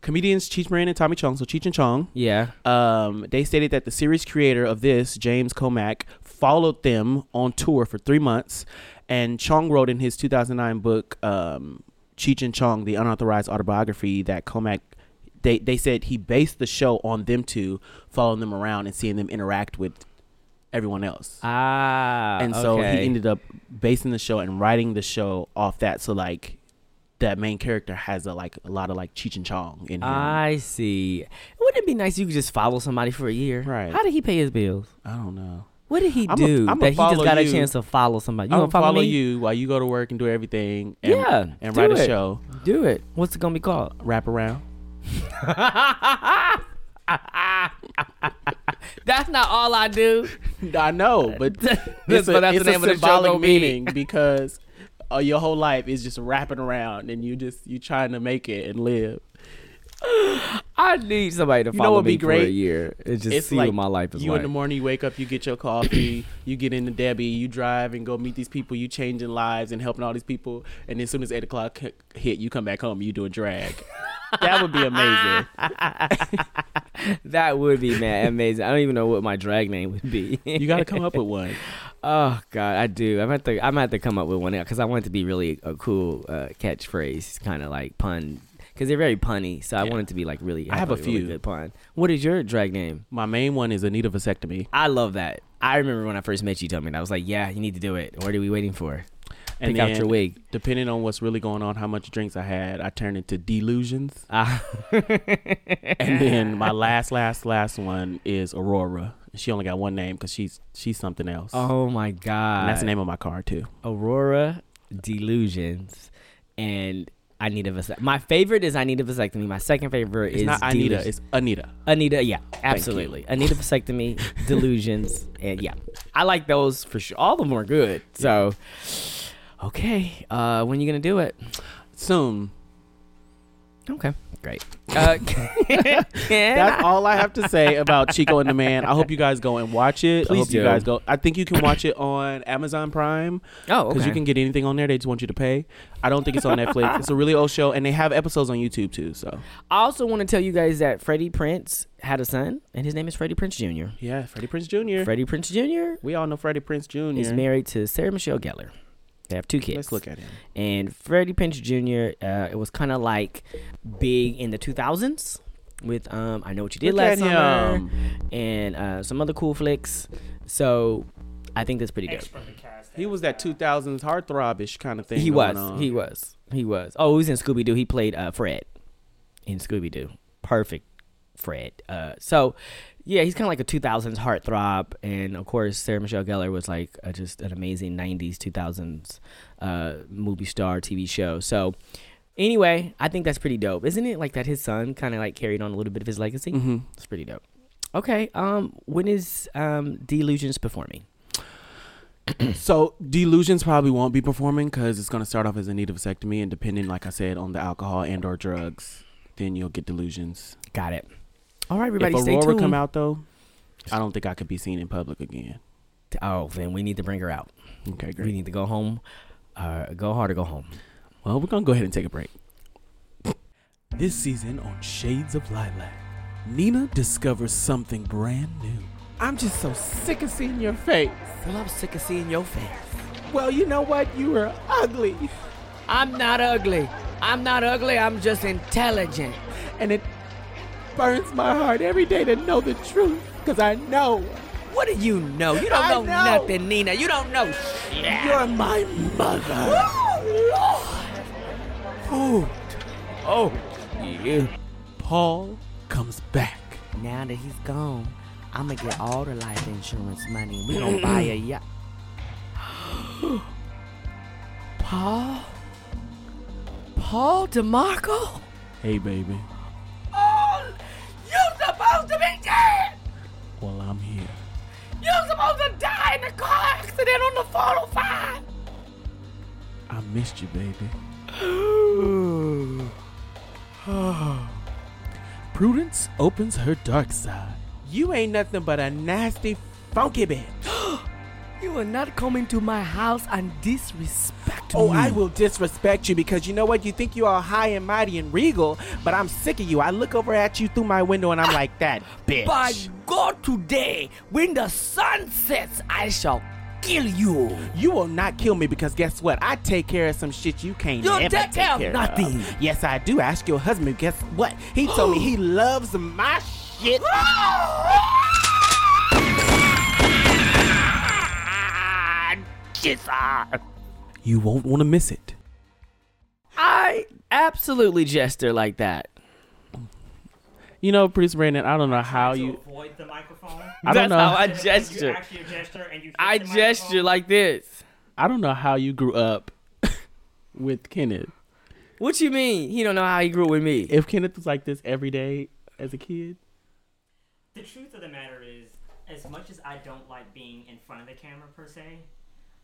[SPEAKER 1] comedians Cheech Marin and Tommy Chong, so Cheech and Chong,
[SPEAKER 2] Yeah.
[SPEAKER 1] um, they stated that the series creator of this, James Comack, followed them on tour for three months. And Chong wrote in his 2009 book, um, Cheech and Chong, the unauthorized autobiography, that Comack, they, they said he based the show on them two, following them around and seeing them interact with everyone else.
[SPEAKER 2] Ah.
[SPEAKER 1] and so
[SPEAKER 2] okay.
[SPEAKER 1] he ended up basing the show and writing the show off that. So, like, that main character has a like a lot of like Cheech and Chong in him.
[SPEAKER 2] I see. Wouldn't it be nice if you could just follow somebody for a year?
[SPEAKER 1] Right.
[SPEAKER 2] How did he pay his bills?
[SPEAKER 1] I don't know.
[SPEAKER 2] What did he
[SPEAKER 1] I'ma-
[SPEAKER 2] do
[SPEAKER 1] I'ma
[SPEAKER 2] that he just
[SPEAKER 1] follow
[SPEAKER 2] got a
[SPEAKER 1] you.
[SPEAKER 2] chance to follow somebody? You
[SPEAKER 1] I'm
[SPEAKER 2] gonna
[SPEAKER 1] gonna follow,
[SPEAKER 2] me?
[SPEAKER 1] you while you go to work and do everything. And,
[SPEAKER 2] Yeah,
[SPEAKER 1] and
[SPEAKER 2] do
[SPEAKER 1] write
[SPEAKER 2] it.
[SPEAKER 1] a show,
[SPEAKER 2] Do it. What's it gonna be called?
[SPEAKER 1] wrap around.
[SPEAKER 2] That's not all I do.
[SPEAKER 1] I know, but
[SPEAKER 2] That's-
[SPEAKER 1] it's
[SPEAKER 2] but
[SPEAKER 1] a,
[SPEAKER 2] that's
[SPEAKER 1] it's
[SPEAKER 2] the
[SPEAKER 1] a
[SPEAKER 2] name of the show
[SPEAKER 1] symbolic
[SPEAKER 2] gonna be.
[SPEAKER 1] meaning because uh, your whole life is just wrapping around, and you just you trying to make it and live.
[SPEAKER 2] I need somebody to
[SPEAKER 1] You know
[SPEAKER 2] follow
[SPEAKER 1] what'd be
[SPEAKER 2] me for a
[SPEAKER 1] great?
[SPEAKER 2] year and just
[SPEAKER 1] it's
[SPEAKER 2] see
[SPEAKER 1] like
[SPEAKER 2] what my life is
[SPEAKER 1] you
[SPEAKER 2] like.
[SPEAKER 1] in the morning, you wake up, you get your coffee, you get into Debbie, you drive and go meet these people, you changing lives and helping all these people, and then as soon as eight o'clock h- hit, you come back home, you doing drag. that would be amazing.
[SPEAKER 2] that would be man amazing. I don't even know what my drag name would be.
[SPEAKER 1] You got to come up with one.
[SPEAKER 2] Oh God, I do. I'm at to. I'm at to come up with one because I want it to be really a cool uh, catchphrase, kind of like pun, because they're very punny. So I want it to be like really.
[SPEAKER 1] I have a
[SPEAKER 2] really
[SPEAKER 1] few.
[SPEAKER 2] good pun. What is your drag name?
[SPEAKER 1] My main one is Anita vasectomy.
[SPEAKER 2] I love that. I remember when I first met you, told me that I was like, yeah, you need to do it. What are we waiting for?
[SPEAKER 1] And
[SPEAKER 2] Pick out
[SPEAKER 1] then,
[SPEAKER 2] your wig.
[SPEAKER 1] Depending on what's really going on, how much drinks I had, I turned into delusions.
[SPEAKER 2] Ah.
[SPEAKER 1] And then my last, last, last one is Aurora. She only got one name because she's she's something else.
[SPEAKER 2] oh my God,
[SPEAKER 1] and that's the name of my car too.
[SPEAKER 2] Aurora Delusions, and I need a vasectomy. My favorite is I need a vasectomy. My second favorite
[SPEAKER 1] It's
[SPEAKER 2] is
[SPEAKER 1] not Anita.
[SPEAKER 2] Delusions.
[SPEAKER 1] It's Anita.
[SPEAKER 2] Anita, yeah, absolutely. Anita vasectomy, delusions, and yeah, I like those for sure. All of them are good. So, okay, uh, when you gonna do it?
[SPEAKER 1] Soon.
[SPEAKER 2] Okay, great. Uh,
[SPEAKER 1] That's all I have to say about Chico and the Man. I hope you guys go and watch it. I
[SPEAKER 2] Please
[SPEAKER 1] hope you
[SPEAKER 2] do.
[SPEAKER 1] guys go. I think you can watch it on Amazon Prime
[SPEAKER 2] oh,
[SPEAKER 1] because
[SPEAKER 2] okay.
[SPEAKER 1] you can get anything on there. They just want you to pay. I don't think it's on Netflix. It's a really old show, and they have episodes on YouTube too. So
[SPEAKER 2] I also want to tell you guys that Freddie Prince had a son, and his name is Freddie Prince Jr.
[SPEAKER 1] yeah, Freddie Prince Jr.
[SPEAKER 2] Freddie Prince Jr.
[SPEAKER 1] we all know Freddie Prince Jr.
[SPEAKER 2] is married to Sarah Michelle Gellar. They have two kids.
[SPEAKER 1] Let's look at him.
[SPEAKER 2] and Freddie Prinze Jr. Uh, it was kind of like big in the 2000s with um, I Know What You Did
[SPEAKER 1] Look
[SPEAKER 2] Last
[SPEAKER 1] at
[SPEAKER 2] Summer
[SPEAKER 1] him.
[SPEAKER 2] and uh, some other cool flicks. So I think that's pretty good.
[SPEAKER 5] Expertly cast.
[SPEAKER 1] He was that 2000s heartthrobbish kind of thing.
[SPEAKER 2] He
[SPEAKER 1] going
[SPEAKER 2] was,
[SPEAKER 1] on.
[SPEAKER 2] he was, he was. Oh, he was in Scooby Doo. He played uh, Fred in Scooby Doo. Perfect Fred. Uh, so yeah, he's kind of like a 2000s heartthrob, and of course Sarah Michelle Gellar was like uh, just an amazing 90s 2000s uh, movie star TV show. So. Anyway, I think that's pretty dope, isn't it? Like that his son kind of like carried on a little bit of his legacy. Mm-hmm. It's pretty dope. Okay, um, when is um Delusions performing?
[SPEAKER 1] So Delusions probably won't be performing because it's gonna start off as a need of vasectomy, and depending, like I said, on the alcohol and or drugs, then you'll get delusions.
[SPEAKER 2] Got it. All right, everybody,
[SPEAKER 1] if
[SPEAKER 2] stay
[SPEAKER 1] Aurora
[SPEAKER 2] tuned.
[SPEAKER 1] come out though, I don't think I could be seen in public again.
[SPEAKER 2] Oh, then we need to bring her out.
[SPEAKER 1] Okay,
[SPEAKER 2] We
[SPEAKER 1] great.
[SPEAKER 2] need to go home. Uh, go hard or go home.
[SPEAKER 1] Well, we're gonna go ahead and take a break. This season on Shades of Lilac, Nina discovers something brand new.
[SPEAKER 3] I'm just so sick of seeing your face.
[SPEAKER 2] Well, I'm sick of seeing your face.
[SPEAKER 3] Well, you know what? You are ugly.
[SPEAKER 4] I'm not ugly. I'm not ugly. I'm just intelligent.
[SPEAKER 3] And it burns my heart every day to know the truth because I know
[SPEAKER 4] What do you know? You don't
[SPEAKER 3] I
[SPEAKER 4] know,
[SPEAKER 3] know.
[SPEAKER 4] nothing, Nina. You don't know. shit.
[SPEAKER 3] you're my mother.
[SPEAKER 1] Paul comes back.
[SPEAKER 4] Now that he's gone, I'm gonna get all the life insurance money. We gonna buy a yacht. Paul? Paul DeMarco?
[SPEAKER 1] Hey, baby.
[SPEAKER 4] Oh, you supposed to be dead!
[SPEAKER 1] Well, I'm here.
[SPEAKER 4] You supposed to die in a car accident on the 405!
[SPEAKER 1] I missed you, baby. Prudence opens her dark side.
[SPEAKER 3] You ain't nothing but a nasty, funky bitch.
[SPEAKER 4] You are not coming to my house and disrespect
[SPEAKER 3] Oh, I will disrespect you because you know what? You think you are high and mighty and regal, but I'm sick of you. I look over at you through my window and I'm like, that bitch.
[SPEAKER 4] By God, today, when the sun sets, I shall kill you.
[SPEAKER 3] You will not kill me because guess what? I take care of some shit you can't
[SPEAKER 4] You
[SPEAKER 3] never
[SPEAKER 4] take care of nothing.
[SPEAKER 3] Of. Yes, I do. Ask your husband. Guess what? He told me he loves my shit.
[SPEAKER 1] You won't want to miss it.
[SPEAKER 2] I absolutely gesture like that.
[SPEAKER 1] You know, Priest Brandon, I don't know how
[SPEAKER 5] to
[SPEAKER 1] you.
[SPEAKER 5] avoid the microphone.
[SPEAKER 1] I don't
[SPEAKER 2] That's
[SPEAKER 1] know.
[SPEAKER 2] how I
[SPEAKER 1] I,
[SPEAKER 5] You
[SPEAKER 2] gesture.
[SPEAKER 5] actually gesture and you.
[SPEAKER 2] I
[SPEAKER 5] face the
[SPEAKER 2] gesture
[SPEAKER 5] microphone.
[SPEAKER 2] like this.
[SPEAKER 1] don't know how you grew up with Kenneth.
[SPEAKER 2] What you mean? He don't know how he grew with me.
[SPEAKER 1] If Kenneth was like this every day as a kid,
[SPEAKER 5] The truth of the matter is, as much as I don't like being in front of the camera per se,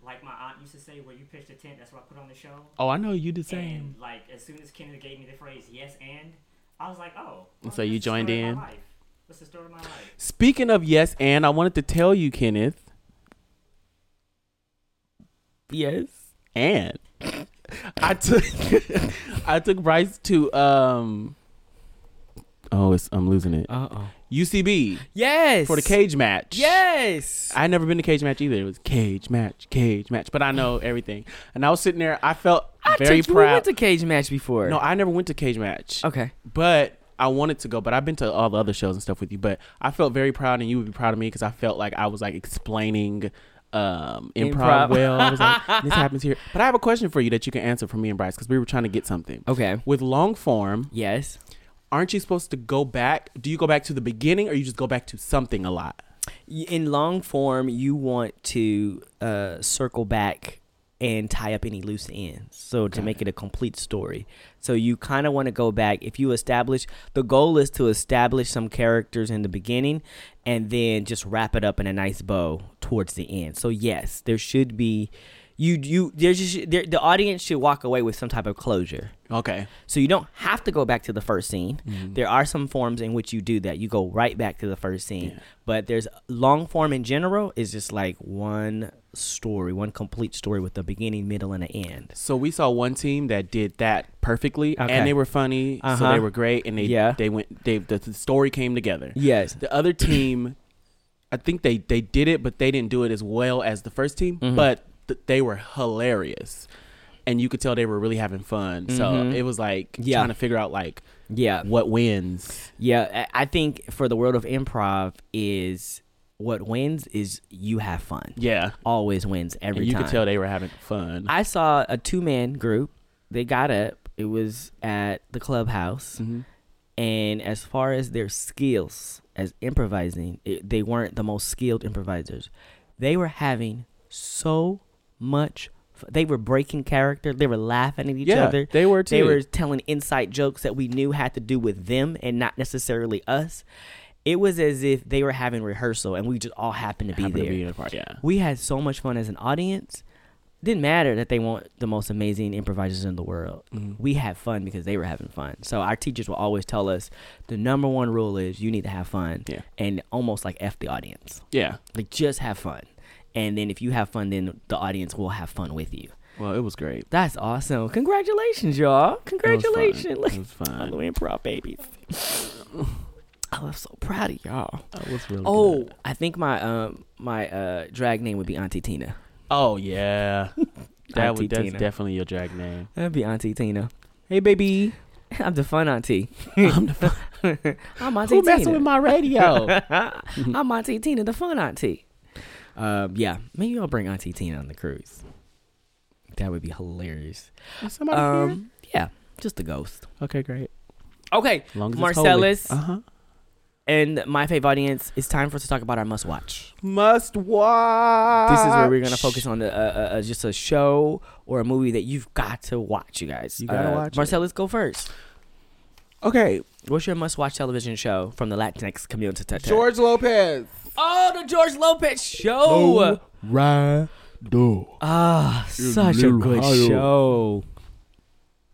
[SPEAKER 5] like my aunt used to say, where you pitch the tent, that's what I put on the show.
[SPEAKER 1] oh, I know you the same.
[SPEAKER 5] And like as soon as Kennedy gave me the phrase "yes and," I was like, "Oh."
[SPEAKER 1] And
[SPEAKER 5] well,
[SPEAKER 1] so you
[SPEAKER 5] that's the story
[SPEAKER 1] joined
[SPEAKER 5] of my
[SPEAKER 1] in?
[SPEAKER 5] life. That's the story of my life.
[SPEAKER 1] Speaking of yes, and I wanted to tell you, Kenneth,
[SPEAKER 2] Yes.
[SPEAKER 1] and I took I took Bryce to um oh it's I'm losing it
[SPEAKER 2] Uh oh.
[SPEAKER 1] UCB
[SPEAKER 2] Yes.
[SPEAKER 1] for the cage match.
[SPEAKER 2] Yes.
[SPEAKER 1] I had never been to cage match either. It was cage match, cage match, but I know everything. And I was sitting there. I felt
[SPEAKER 2] I
[SPEAKER 1] very
[SPEAKER 2] took you- we
[SPEAKER 1] proud.
[SPEAKER 2] went to cage match before.
[SPEAKER 1] no, I never went to cage match.
[SPEAKER 2] Okay.
[SPEAKER 1] but I wanted to go. But I've been to all the other shows and stuff with you. But I felt very proud, and you would be proud of me because I felt like I was like explaining um improv,
[SPEAKER 2] Improv.
[SPEAKER 1] well. I was like, this happens here. But I have a question for you that you can answer for me and Bryce because we were trying to get something.
[SPEAKER 2] Okay.
[SPEAKER 1] With long form,
[SPEAKER 2] Yes.
[SPEAKER 1] aren't you supposed to go back? Do you go back to the beginning, or you just go back to something a lot?
[SPEAKER 2] Y- In long form, you want to uh, circle back and tie up any loose ends. So to make it a complete story. So you kind of want to go back. If you establish, the goal is to establish some characters in the beginning and then just wrap it up in a nice bow towards the end. So yes, there should be. You, you, there's just, there, the audience should walk away with some type of closure.
[SPEAKER 1] Okay.
[SPEAKER 2] So you don't have to go back to the first scene.
[SPEAKER 1] Mm-hmm.
[SPEAKER 2] There are some forms in which you do that. You go right back to the first scene. But there's long form in general is just like one story, one complete story with a beginning, middle, and an end.
[SPEAKER 1] So we saw one team that did that perfectly,
[SPEAKER 2] Okay.
[SPEAKER 1] and they were funny, so
[SPEAKER 2] Uh-huh.
[SPEAKER 1] they were great, and they
[SPEAKER 2] Yeah.
[SPEAKER 1] they went they the, the story came together.
[SPEAKER 2] Yes.
[SPEAKER 1] The other team, I think they they did it, but they didn't do it as well as the first team.
[SPEAKER 2] Mm-hmm.
[SPEAKER 1] But th- they were hilarious, and you could tell they were really having fun. So it was like
[SPEAKER 2] Mm-hmm. Yeah.
[SPEAKER 1] trying to figure out like
[SPEAKER 2] Yeah.
[SPEAKER 1] what wins.
[SPEAKER 2] Yeah. I I think for the world of improv is what wins is you have fun.
[SPEAKER 1] Yeah,
[SPEAKER 2] Always wins every
[SPEAKER 1] and you
[SPEAKER 2] time.
[SPEAKER 1] could tell they were having fun.
[SPEAKER 2] I saw a two man group. They got up. It was at the clubhouse.
[SPEAKER 1] Mm-hmm.
[SPEAKER 2] And as far as their skills as improvising, it, they weren't the most skilled improvisers. They were having so much. f- They were breaking character. They were laughing at each
[SPEAKER 1] Yeah,
[SPEAKER 2] other.
[SPEAKER 1] they were
[SPEAKER 2] They
[SPEAKER 1] too.
[SPEAKER 2] were telling inside jokes that we knew had to do with them and not necessarily us. It was as if they were having rehearsal and we just all happened to be
[SPEAKER 1] Happened to
[SPEAKER 2] there.
[SPEAKER 1] be in a part- yeah.
[SPEAKER 2] We had so much fun as an audience. Didn't matter that they weren't the most amazing improvisers in the world. We had fun because they were having fun. So our teachers will always tell us the number one rule is you need to have fun
[SPEAKER 1] Yeah.
[SPEAKER 2] and almost like F the audience.
[SPEAKER 1] yeah.
[SPEAKER 2] Like just have fun. And then if you have fun, then the audience will have fun with you.
[SPEAKER 1] Well, it was great.
[SPEAKER 2] That's awesome. Congratulations, y'all.
[SPEAKER 1] It was fun.
[SPEAKER 2] Congratulations.
[SPEAKER 1] It was fun.
[SPEAKER 2] Hello, improv babies. I was so proud of y'all.
[SPEAKER 1] It was really
[SPEAKER 2] Oh,
[SPEAKER 1] good.
[SPEAKER 2] I think my um my uh drag name would be Auntie Tina.
[SPEAKER 1] oh yeah. That
[SPEAKER 2] Auntie
[SPEAKER 1] was, that's
[SPEAKER 2] Tina.
[SPEAKER 1] definitely your drag name.
[SPEAKER 2] That'd be Auntie Tina.
[SPEAKER 1] Hey, baby.
[SPEAKER 2] I'm the fun auntie.
[SPEAKER 1] I'm the fun-
[SPEAKER 2] I'm Auntie
[SPEAKER 1] Who
[SPEAKER 2] Tina.
[SPEAKER 1] messing with my radio?
[SPEAKER 2] I'm Auntie Tina, the fun auntie. Um, yeah, maybe I'll bring Auntie Tina on the cruise. That would be hilarious.
[SPEAKER 1] Is somebody here?
[SPEAKER 2] Um, yeah, just a ghost.
[SPEAKER 1] Okay, great.
[SPEAKER 2] Okay,
[SPEAKER 1] Long as
[SPEAKER 2] Marcellus
[SPEAKER 1] Uh huh.
[SPEAKER 2] and my fave audience, it's time for us to talk about our must watch.
[SPEAKER 1] Must watch.
[SPEAKER 2] this is where we're gonna focus on the, uh, uh, uh, just a show or a movie that you've got to watch, you guys.
[SPEAKER 1] You gotta
[SPEAKER 2] Uh,
[SPEAKER 1] watch it.
[SPEAKER 2] Marcellus, go first.
[SPEAKER 1] Okay,
[SPEAKER 2] What's your must-watch television show from the Latinx community?
[SPEAKER 1] George Lopez.
[SPEAKER 2] Oh, the George Lopez show.
[SPEAKER 1] Rido.
[SPEAKER 2] Ah, such a
[SPEAKER 1] Little
[SPEAKER 2] good
[SPEAKER 1] Ohio.
[SPEAKER 2] show.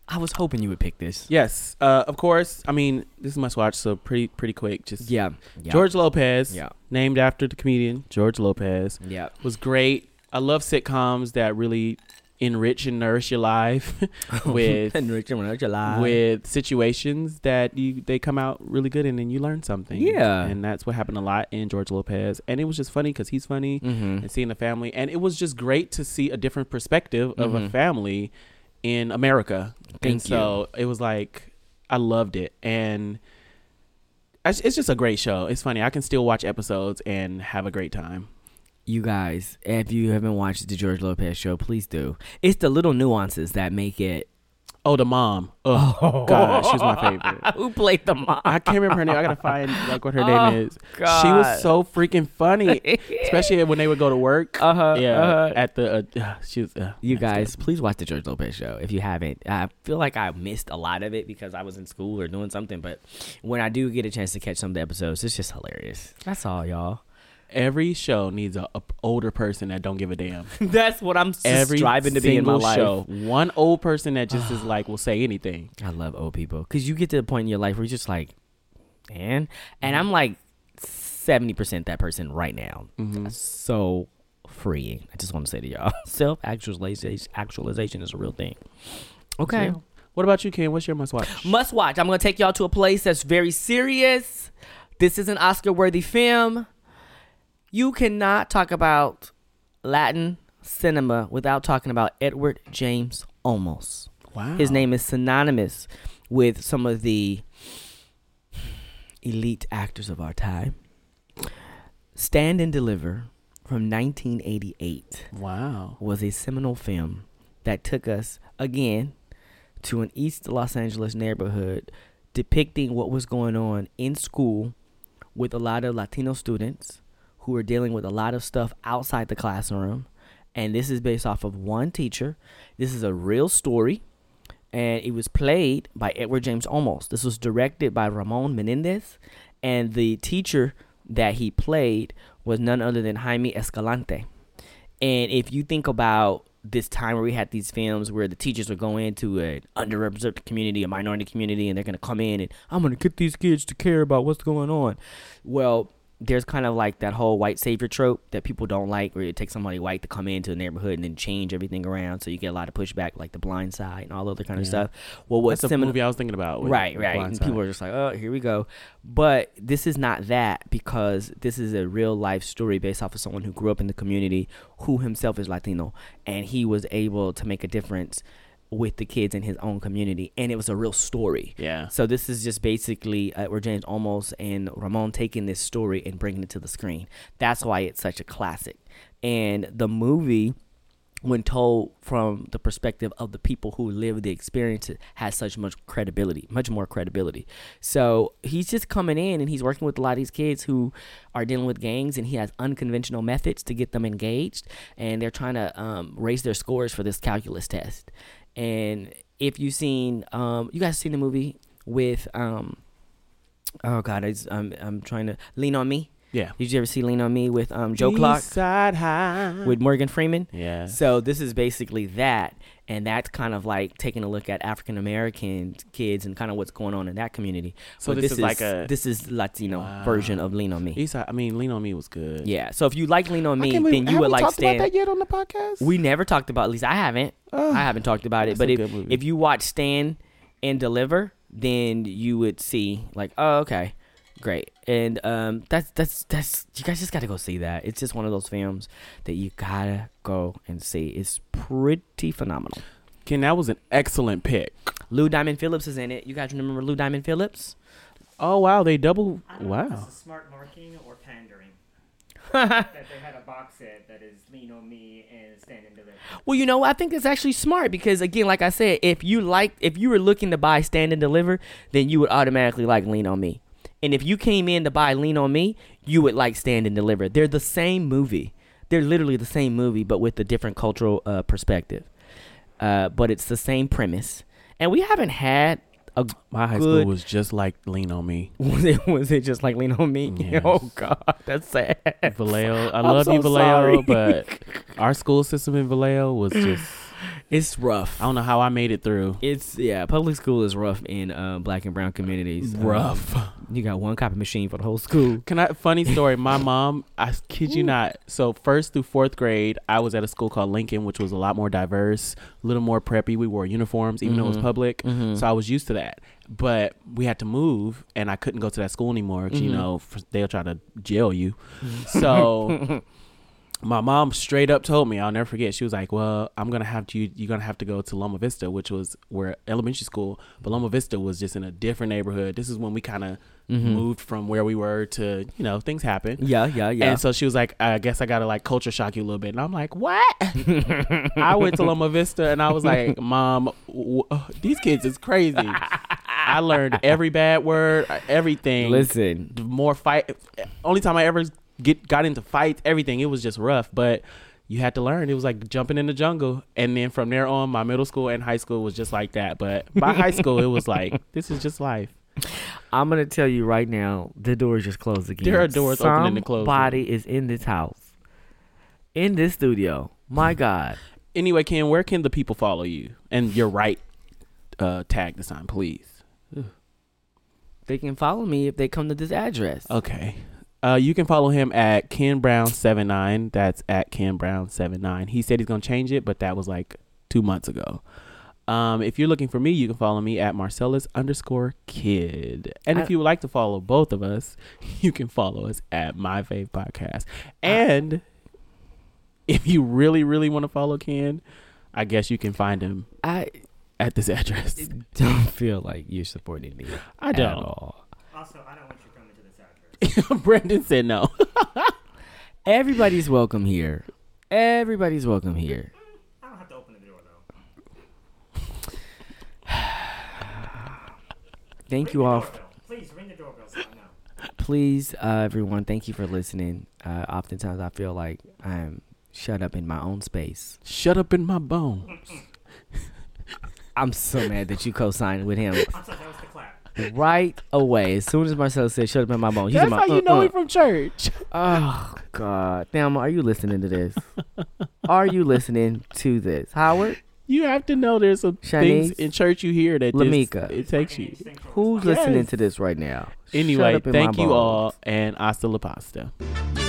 [SPEAKER 2] I was hoping you would pick this.
[SPEAKER 1] Oh, Yes, uh, of course. I mean, this is must watch, so pretty pretty quick. Just
[SPEAKER 2] Yeah. yeah.
[SPEAKER 1] George Lopez.
[SPEAKER 2] Yeah.
[SPEAKER 1] Named after the comedian George Lopez
[SPEAKER 2] Yeah.
[SPEAKER 1] was great. I love sitcoms that really enrich and nourish your life with
[SPEAKER 2] and Richard when your life.
[SPEAKER 1] with situations that you they come out really good and then you learn something.
[SPEAKER 2] Yeah.
[SPEAKER 1] and that's what happened a lot in George Lopez, and it was just funny because he's funny
[SPEAKER 2] Mhm.
[SPEAKER 1] and seeing the family, and it was just great to see a different perspective of a family in America. and
[SPEAKER 2] Mm-hmm. Thank
[SPEAKER 1] so it was like I loved it, and I- it's just a great show. It's funny. I can still watch episodes and have a great time.
[SPEAKER 2] you guys, if you haven't watched the George Lopez show, please do. It's the little nuances that make it.
[SPEAKER 1] Oh, the mom. Oh, God, she's my favorite.
[SPEAKER 2] Who played the mom?
[SPEAKER 1] I can't remember her name. I gotta find like what her
[SPEAKER 2] Oh,
[SPEAKER 1] name is. She
[SPEAKER 2] God.
[SPEAKER 1] was so freaking funny, especially when they would go to work.
[SPEAKER 2] Uh huh.
[SPEAKER 1] yeah,
[SPEAKER 2] uh-huh.
[SPEAKER 1] at the uh, she was. Uh,
[SPEAKER 2] You
[SPEAKER 1] messed up.
[SPEAKER 2] guys, please watch the George Lopez show if you haven't. I feel like I missed a lot of it because I was in school or doing something, but when I do get a chance to catch some of the episodes, it's just hilarious. That's all, y'all.
[SPEAKER 1] every show needs a, a p- older person that don't give a damn.
[SPEAKER 2] That's what I'm
[SPEAKER 1] Every
[SPEAKER 2] Every striving to be in
[SPEAKER 1] single
[SPEAKER 2] my life.
[SPEAKER 1] show, one old person that just is like will say anything.
[SPEAKER 2] I love old people because you get to the point in your life where you're just like, man, and I'm like seventy percent that person right now. That's so freeing. I just want to say to y'all, self actualization actualization is a real thing. Okay.
[SPEAKER 1] What about you, Ken? What's your must watch?
[SPEAKER 2] Must watch. I'm going to take y'all to a place that's very serious. This is an Oscar worthy film. You cannot talk about Latin cinema without talking about Edward James Olmos.
[SPEAKER 1] Wow.
[SPEAKER 2] His name is synonymous with some of the elite actors of our time. Stand and Deliver from 1988
[SPEAKER 1] Wow.
[SPEAKER 2] was a seminal film that took us again to an East Los Angeles neighborhood depicting what was going on in school with a lot of Latino students who were dealing with a lot of stuff outside the classroom. And this is based off of one teacher. This is a real story. And it was played by Edward James Olmos. This was directed by Ramon Menendez. And the teacher that he played was none other than Jaime Escalante. And if you think about this time where we had these films where the teachers would go into an underrepresented community, a minority community, and they're going to come in and I'm going to get these kids to care about what's going on. Well, there's kind of like that whole white savior trope that people don't like, where it takes somebody white to come into a neighborhood and then change everything around. So you get a lot of pushback, like The Blind Side and all other kind of stuff. Well, what's
[SPEAKER 1] That's the
[SPEAKER 2] seminal-
[SPEAKER 1] movie I was thinking about. with
[SPEAKER 2] right, right.
[SPEAKER 1] Blindside.
[SPEAKER 2] And people are just like, oh, here we go. But this is not that because this is a real life story based off of someone who grew up in the community who himself is Latino and he was able to make a difference with the kids in his own community. And it was a real story.
[SPEAKER 1] Yeah.
[SPEAKER 2] So this is just basically uh, where James Olmos and Ramon taking this story and bringing it to the screen. That's why it's such a classic. And the movie, when told from the perspective of the people who live the experience, it has such much credibility, much more credibility. So he's just coming in and he's working with a lot of these kids who are dealing with gangs, and he has unconventional methods to get them engaged, and they're trying to um, raise their scores for this calculus test. And if you've seen, um, you guys seen the movie with, um, oh God, I just, I'm, I'm trying to Lean on Me.
[SPEAKER 1] Yeah.
[SPEAKER 2] Did you ever see Lean on Me with um, Joe Clark
[SPEAKER 1] Eastside High.
[SPEAKER 2] with Morgan Freeman?
[SPEAKER 1] yeah.
[SPEAKER 2] So this is basically that, and that's kind of like taking a look at African American kids and kind of what's going on in that community.
[SPEAKER 1] So this is like a-
[SPEAKER 2] this is Latino version of Lean on Me.
[SPEAKER 1] Eastside. I mean, Lean on Me was good.
[SPEAKER 2] Yeah. So if you like Lean on
[SPEAKER 3] I
[SPEAKER 2] Me,
[SPEAKER 3] can't believe-
[SPEAKER 2] then you
[SPEAKER 3] have
[SPEAKER 2] would
[SPEAKER 3] we
[SPEAKER 2] like
[SPEAKER 3] talked
[SPEAKER 2] Stand.
[SPEAKER 3] about that yet on the podcast?
[SPEAKER 2] We never talked about. At least I haven't. I haven't talked about it.
[SPEAKER 1] that's
[SPEAKER 2] But
[SPEAKER 1] a
[SPEAKER 2] if
[SPEAKER 1] good movie.
[SPEAKER 2] if you watch Stand and Deliver, then you would see like, oh, okay, great. And um, that's that's that's you guys just gotta go see that. It's just one of those films that you gotta go and see. It's pretty phenomenal.
[SPEAKER 1] Ken, that was an excellent pick.
[SPEAKER 2] Lou Diamond Phillips is in it. You guys remember Lou Diamond Phillips?
[SPEAKER 1] Oh wow, they double.
[SPEAKER 5] I don't know if
[SPEAKER 1] Wow.
[SPEAKER 5] this is smart marketing or pandering. that they had a box set that is lean on me and stand and deliver.
[SPEAKER 2] Well, you know, I think it's actually smart because again, like I said, if you like if you were looking to buy Stand and Deliver, then you would automatically like Lean on Me. And if you came in to buy Lean on Me, you would like Stand and Deliver. They're the same movie. They're literally the same movie but with a different cultural uh, perspective. Uh, but it's the same premise. And we haven't had a
[SPEAKER 1] My high
[SPEAKER 2] good
[SPEAKER 1] school was just like Lean on Me.
[SPEAKER 2] was it was it just like Lean on Me?
[SPEAKER 1] Yes.
[SPEAKER 2] Oh god, that's sad.
[SPEAKER 1] Vallejo. I
[SPEAKER 2] I'm
[SPEAKER 1] love
[SPEAKER 2] so
[SPEAKER 1] you, Vallejo,
[SPEAKER 2] sorry.
[SPEAKER 1] but our school system in Vallejo was just
[SPEAKER 2] It's rough.
[SPEAKER 1] I don't know how I made it through.
[SPEAKER 2] It's yeah, public school is rough in uh, black and brown communities. Um,
[SPEAKER 1] Rough.
[SPEAKER 2] you got one copy machine for the whole school.
[SPEAKER 1] Can I? Funny story. My mom. I kid you not. So first through fourth grade, I was at a school called Lincoln, which was a lot more diverse, a little more preppy. We wore uniforms, even though it was public. So I was used to that. But we had to move, and I couldn't go to that school anymore. 'cause, You know, f- they'll try to jail you. Mm-hmm. So. My mom straight up told me, I'll never forget. She was like, "Well, I'm gonna have to. You're gonna have to go to Loma Vista, which was where elementary school. But Loma Vista was just in a different neighborhood. This is when we kind of moved from where we were to, you know, things happen.
[SPEAKER 2] Yeah, yeah, yeah.
[SPEAKER 1] And so she was like, I guess I gotta like culture shock you a little bit. And I'm like, what? I went to Loma Vista and I was like, Mom, w- w- these kids is crazy. I learned every bad word, uh, everything.
[SPEAKER 2] Listen.
[SPEAKER 1] The more fight. Only time I ever get got into fights, everything. It was just rough, but you had to learn. It was like jumping in the jungle, and then from there on, my middle school and high school was just like that. But by high school, it was like this is just life.
[SPEAKER 2] I'm gonna tell you right now, the door just closed again.
[SPEAKER 1] There are doors opening and closing.
[SPEAKER 2] Somebody is in this house, in this studio. My God,
[SPEAKER 1] Anyway, Ken, where can the people follow you and your right uh, tag this time, please?
[SPEAKER 2] they can follow me if they come to this address.
[SPEAKER 1] Okay. Uh, you can follow him at Ken Brown 79. That's at Ken Brown 79. He said he's going to change it, but that was like two months ago. Um, if you're looking for me, you can follow me at Marcellus underscore kid. And if
[SPEAKER 2] I-
[SPEAKER 1] you would like to follow both of us, you can follow us at My Fave Podcast. And if you really, really want to follow Ken, I guess you can find him
[SPEAKER 2] I
[SPEAKER 1] at this address.
[SPEAKER 2] don't feel like you're supporting me.
[SPEAKER 1] I
[SPEAKER 2] At
[SPEAKER 1] don't.
[SPEAKER 2] all.
[SPEAKER 5] Also, I don't want you coming to this address.
[SPEAKER 1] Brandon said no.
[SPEAKER 2] Everybody's welcome here. Everybody's welcome here.
[SPEAKER 5] I don't have to open the door though.
[SPEAKER 2] Thank you all.
[SPEAKER 5] Doorbell. Please ring the doorbell so I know.
[SPEAKER 2] please uh, everyone thank you for listening uh, oftentimes i feel like i'm shut up in my own space
[SPEAKER 1] Shut up in my bone.
[SPEAKER 2] i'm so mad that you co-signed with him
[SPEAKER 5] I'm sorry, that was the clap.
[SPEAKER 2] right away as soon as marcel said shut up in my bone he's
[SPEAKER 1] That's
[SPEAKER 2] in my
[SPEAKER 1] how you know
[SPEAKER 2] uh,
[SPEAKER 1] him from church.
[SPEAKER 2] oh god damn are you listening to this are you listening to this howard
[SPEAKER 1] You have to know there's some things
[SPEAKER 2] Shanice?
[SPEAKER 1] in church you hear that just-
[SPEAKER 2] Lamika.
[SPEAKER 1] it takes you.
[SPEAKER 2] who's listening
[SPEAKER 1] Yes.
[SPEAKER 2] to this right now Shut
[SPEAKER 1] Anyway,
[SPEAKER 2] up in my
[SPEAKER 1] thank you
[SPEAKER 2] bones.
[SPEAKER 1] all and hasta la pasta.
[SPEAKER 5] Bye.